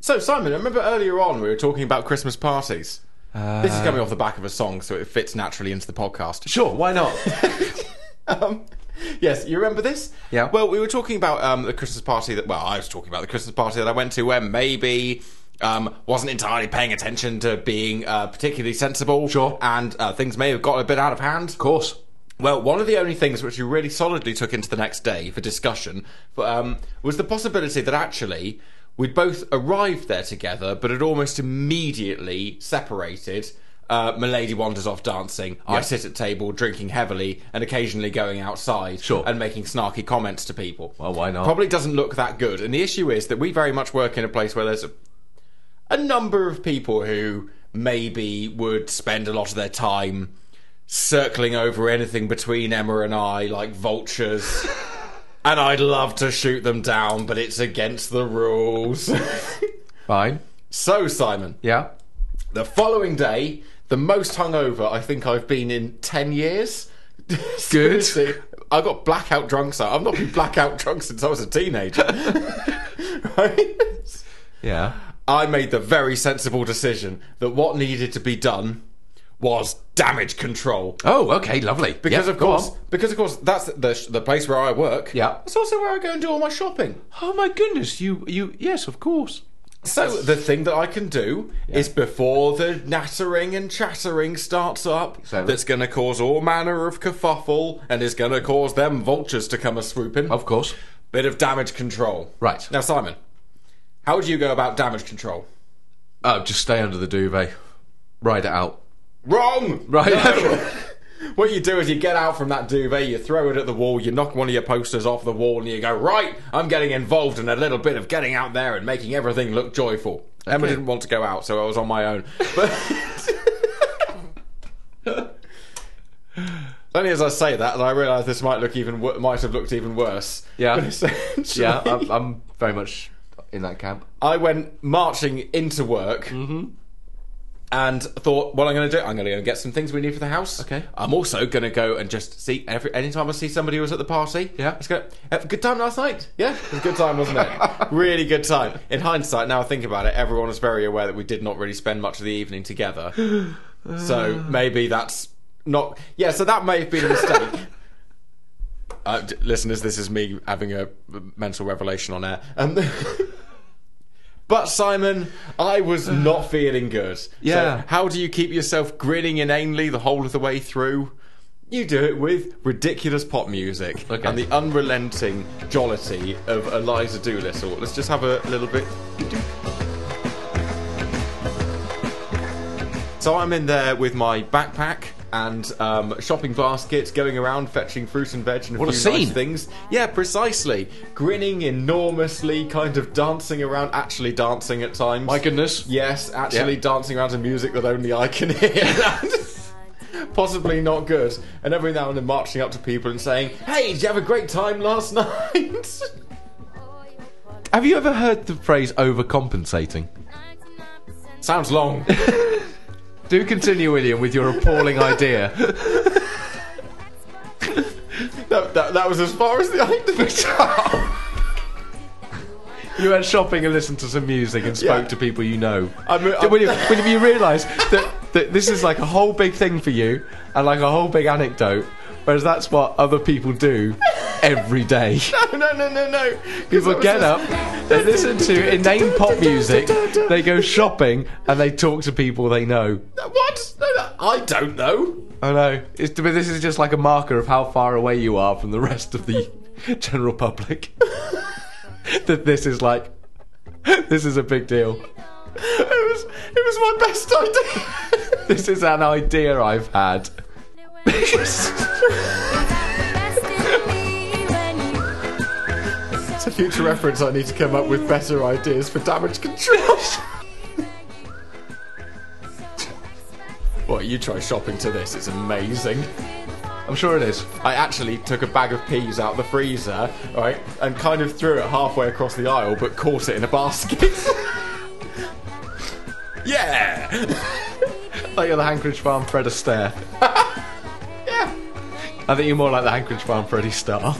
S5: So, Simon, remember earlier on we were talking about Christmas parties? this is coming off the back of a song, so it fits naturally into the podcast.
S14: Uh, Sure, why not?
S5: Um, yes, you remember this?
S14: Yeah.
S5: Well, we were talking about um, the Christmas party that, well, I was talking about the Christmas party that I went to where maybe um, wasn't entirely paying attention to being uh, particularly sensible.
S14: Sure.
S5: And uh, things may have got a bit out of hand. Of
S14: course.
S5: Well, one of the only things which you really solidly took into the next day for discussion um, was the possibility that actually we'd both arrived there together, but had almost immediately separated. Uh, Milady wanders off dancing. I sit at table drinking heavily and occasionally going outside
S14: Sure.
S5: and making snarky comments to people.
S14: Well, why not?
S5: Probably doesn't look that good. And the issue is that we very much work in a place where there's a a number of people who maybe would spend a lot of their time circling over anything between Emma and I like vultures. and I'd love to shoot them down, but it's against the rules.
S14: Fine.
S5: so, Simon,
S14: Yeah.
S5: the following day, the most hungover I think I've been in 10 years. Good. I got blackout drunk, so I've not been blackout drunk since I was a teenager. right?
S14: Yeah.
S5: I made the very sensible decision that what needed to be done was damage control.
S14: Oh, okay, lovely.
S5: Because
S14: Yeah,
S5: of
S14: go
S5: course,
S14: on.
S5: because of course, that's the the place where I work.
S14: Yeah.
S5: it's also where I go and do all my shopping.
S14: Oh my goodness, you you yes, of course.
S5: So the thing that I can do is before the nattering and chattering starts up,
S14: Seven.
S5: that's going to cause all manner of kerfuffle and is going to cause them vultures to come a swooping.
S14: Of course.
S5: bit of damage control.
S14: Right.
S5: now, Simon, how would you go about damage control?
S14: Oh, just stay under the duvet. Ride it out.
S5: Wrong.
S14: Right.
S5: What you do is you get out from that duvet, you throw it at the wall, you knock one of your posters off the wall, and you go, Right, I'm getting involved in a little bit of getting out there and making everything look joyful. Emma didn't want to go out, so I was on my own. But only as I say that, and I realise this might look even wo- might have looked even worse.
S14: Yeah.
S5: But essentially-
S14: yeah, I'm, I'm very much in that camp.
S5: I went marching into work
S14: Mm-hmm.
S5: and thought, what I'm going to do, I'm going to go and get some things we need for the house.
S14: Okay.
S5: I'm also going to go and just see every anytime I see somebody who was at the party.
S14: Yeah.
S5: Just go, have a good time last night. Yeah. It was a good time, wasn't it? really good time. In hindsight, now I think about it, everyone is very aware that we did not really spend much of the evening together. so maybe that's not. Yeah, so that may have been a mistake. Uh, d- listeners, this is me having a mental revelation on air. Um, but Simon, I was not feeling good.
S14: Yeah.
S5: So how do you keep yourself grinning inanely the whole of the way through? You do it with ridiculous pop music
S14: Okay.
S5: and the unrelenting jollity of Eliza Doolittle. Let's just have a little bit. So I'm in there with my backpack and um, shopping basket, going around fetching fruit and veg and a
S14: What a
S5: few nice
S14: scene.
S5: things. Yeah, precisely. Grinning enormously, kind of dancing around, actually dancing at times.
S14: My goodness.
S5: Yes, actually
S14: Yeah.
S5: dancing around to music that only I can hear. Possibly not good. And every now and then marching up to people and saying, Hey, did you have a great time last night?
S14: Have you ever heard the phrase overcompensating?
S5: Sounds long.
S14: Do continue, William, with your appalling idea.
S5: that, that, that was as far as the idea.
S14: You went shopping and listened to some music and spoke
S5: Yeah.
S14: to people you know.
S5: I mean,
S14: Did-
S5: I-
S14: William, William, you realise that
S4: Th- This is like a whole big thing for you and like a whole big anecdote, whereas that's what other people do every day.
S5: No, no, no, no, no.
S4: People get up, they listen to inane pop music, they go shopping, and they talk to people they know.
S5: What? No, no, I don't know.
S4: I know. It's, but this is just like a marker of how far away you are from the rest of the general public. that this is like, this is a big deal.
S5: It was, it was my best idea.
S4: This is an idea I've had.
S5: For future reference, I need to come up with better ideas for damage control. what, you try shopping to this, it's amazing.
S4: I'm sure it is.
S5: I actually took a bag of peas out of the freezer, right, and kind of threw it halfway across the aisle, but caught it in a basket. yeah!
S4: Like you're the Hankeridge Farm Fred Astaire. I think you're more like the Hankeridge Farm Freddy Star.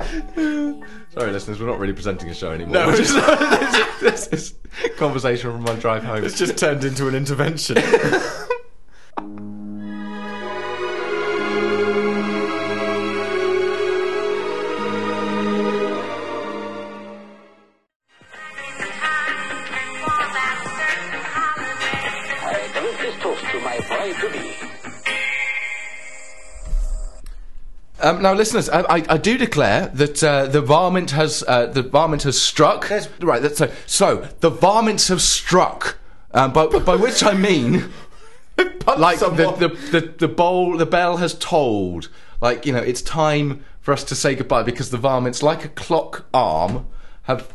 S4: Sorry, listeners, we're not really presenting a show anymore.
S5: No,
S4: We're
S5: it's
S4: this is conversation from my drive home.
S5: It's just turned into an intervention.
S15: I drink this toast to my bride to be.
S4: Um, now, listeners, I, I, I do declare that uh, the varmint has uh, the varmint has struck. Right. That's, so, so the varmints have struck. Um, by, by which I mean, like the,
S5: someone.
S4: the, the the bowl, the bell has tolled. Like you know, it's time for us to say goodbye because the varmints, like a clock arm, have.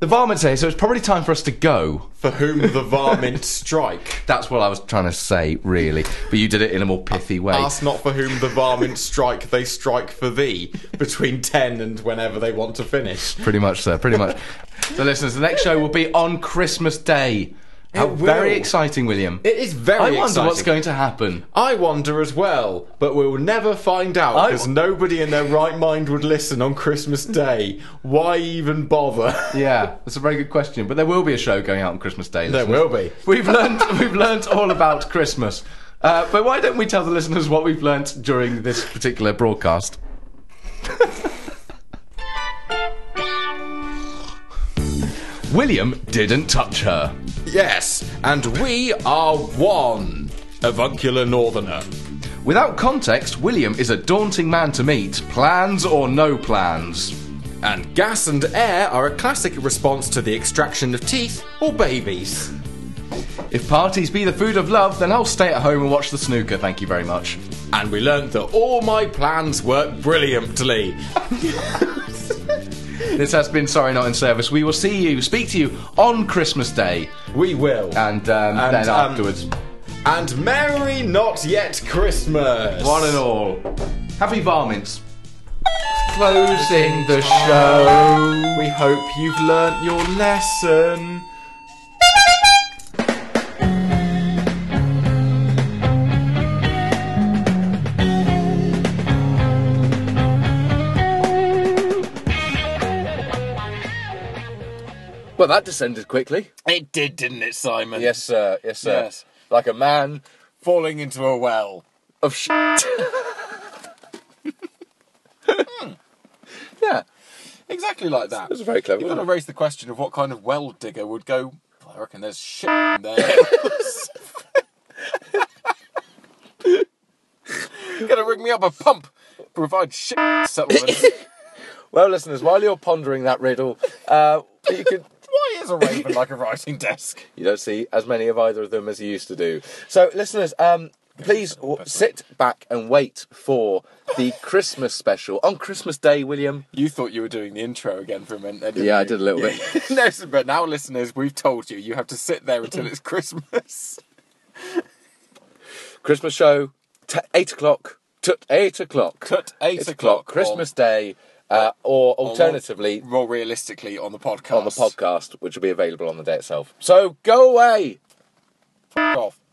S4: The varmints here, so it's probably time for us to go.
S5: for whom the varmint strike.
S4: That's what I was trying to say, really. But you did it in a more pithy way.
S5: Ask not for whom the varmint strike, they strike for thee, between 10 and whenever they want to finish.
S4: Pretty much, sir. Pretty much. so, listeners, the next show will be on Christmas Day. How
S5: will.
S4: very exciting, William.
S5: It is very
S4: I wonder
S5: exciting.
S4: what's going to happen.
S5: I wonder as well, but we'll never find out
S4: I-
S5: because nobody in their right mind would listen on Christmas Day. Why even bother?
S4: Yeah, that's a very good question. But there will be a show going out on Christmas Day.
S5: There
S4: listeners.
S5: will be.
S4: We've learned. We've learned all about Christmas. Uh, but why don't we tell the listeners what we've learnt during this particular broadcast? William didn't touch her.
S5: Yes, and we are one avuncular northerner.
S4: Without context, William is a daunting man to meet, plans or no plans.
S5: And gas and air are a classic response to the extraction of teeth or babies.
S4: If parties be the food of love, then I'll stay at home and watch the snooker, thank you very much.
S5: And we learnt that all my plans work brilliantly.
S4: This has been Sorry Not in Service. We will see you, speak to you on Christmas Day
S5: We will.
S4: and, um,
S5: And,
S4: then
S5: um,
S4: afterwards.
S5: And Merry Not Yet Christmas.
S4: One and all. Happy varmints. Closing the show.
S5: We hope you've learnt your lesson.
S4: Well, that descended quickly.
S3: It did, didn't it, Simon?
S4: Yes, sir. Yes, sir.
S3: Yes.
S4: Like a man
S5: Falling into a well.
S4: of sh. Yeah,
S3: Hmm. Exactly like that.
S4: was very clever.
S3: You've got
S4: wasn't
S3: to
S4: it?
S3: raise the question of what kind of well digger would go. I reckon there's shit in there. Gonna rig me up a pump, provide shit settlement.
S4: Well, listeners, while you're pondering that riddle, uh, you could.
S3: Why is a raven like a writing desk?
S4: You don't see as many of either of them as you used to do. So, listeners, um, please w- sit back and wait for the Christmas special on Christmas Day, William.
S3: You thought you were doing the intro again for a minute. There, didn't
S4: Yeah, I
S3: you?
S4: did a little
S3: Yeah. no, so- but now, listeners, we've told you you have to sit there until it's Christmas.
S4: Christmas show, t- eight o'clock. T- eight o'clock.
S3: Tut, eight
S4: It's
S3: o'clock.
S4: Christmas Day, uh, or alternatively
S3: or more realistically on the podcast.
S4: on the podcast, which will be available on the day itself. So go away.
S3: Off.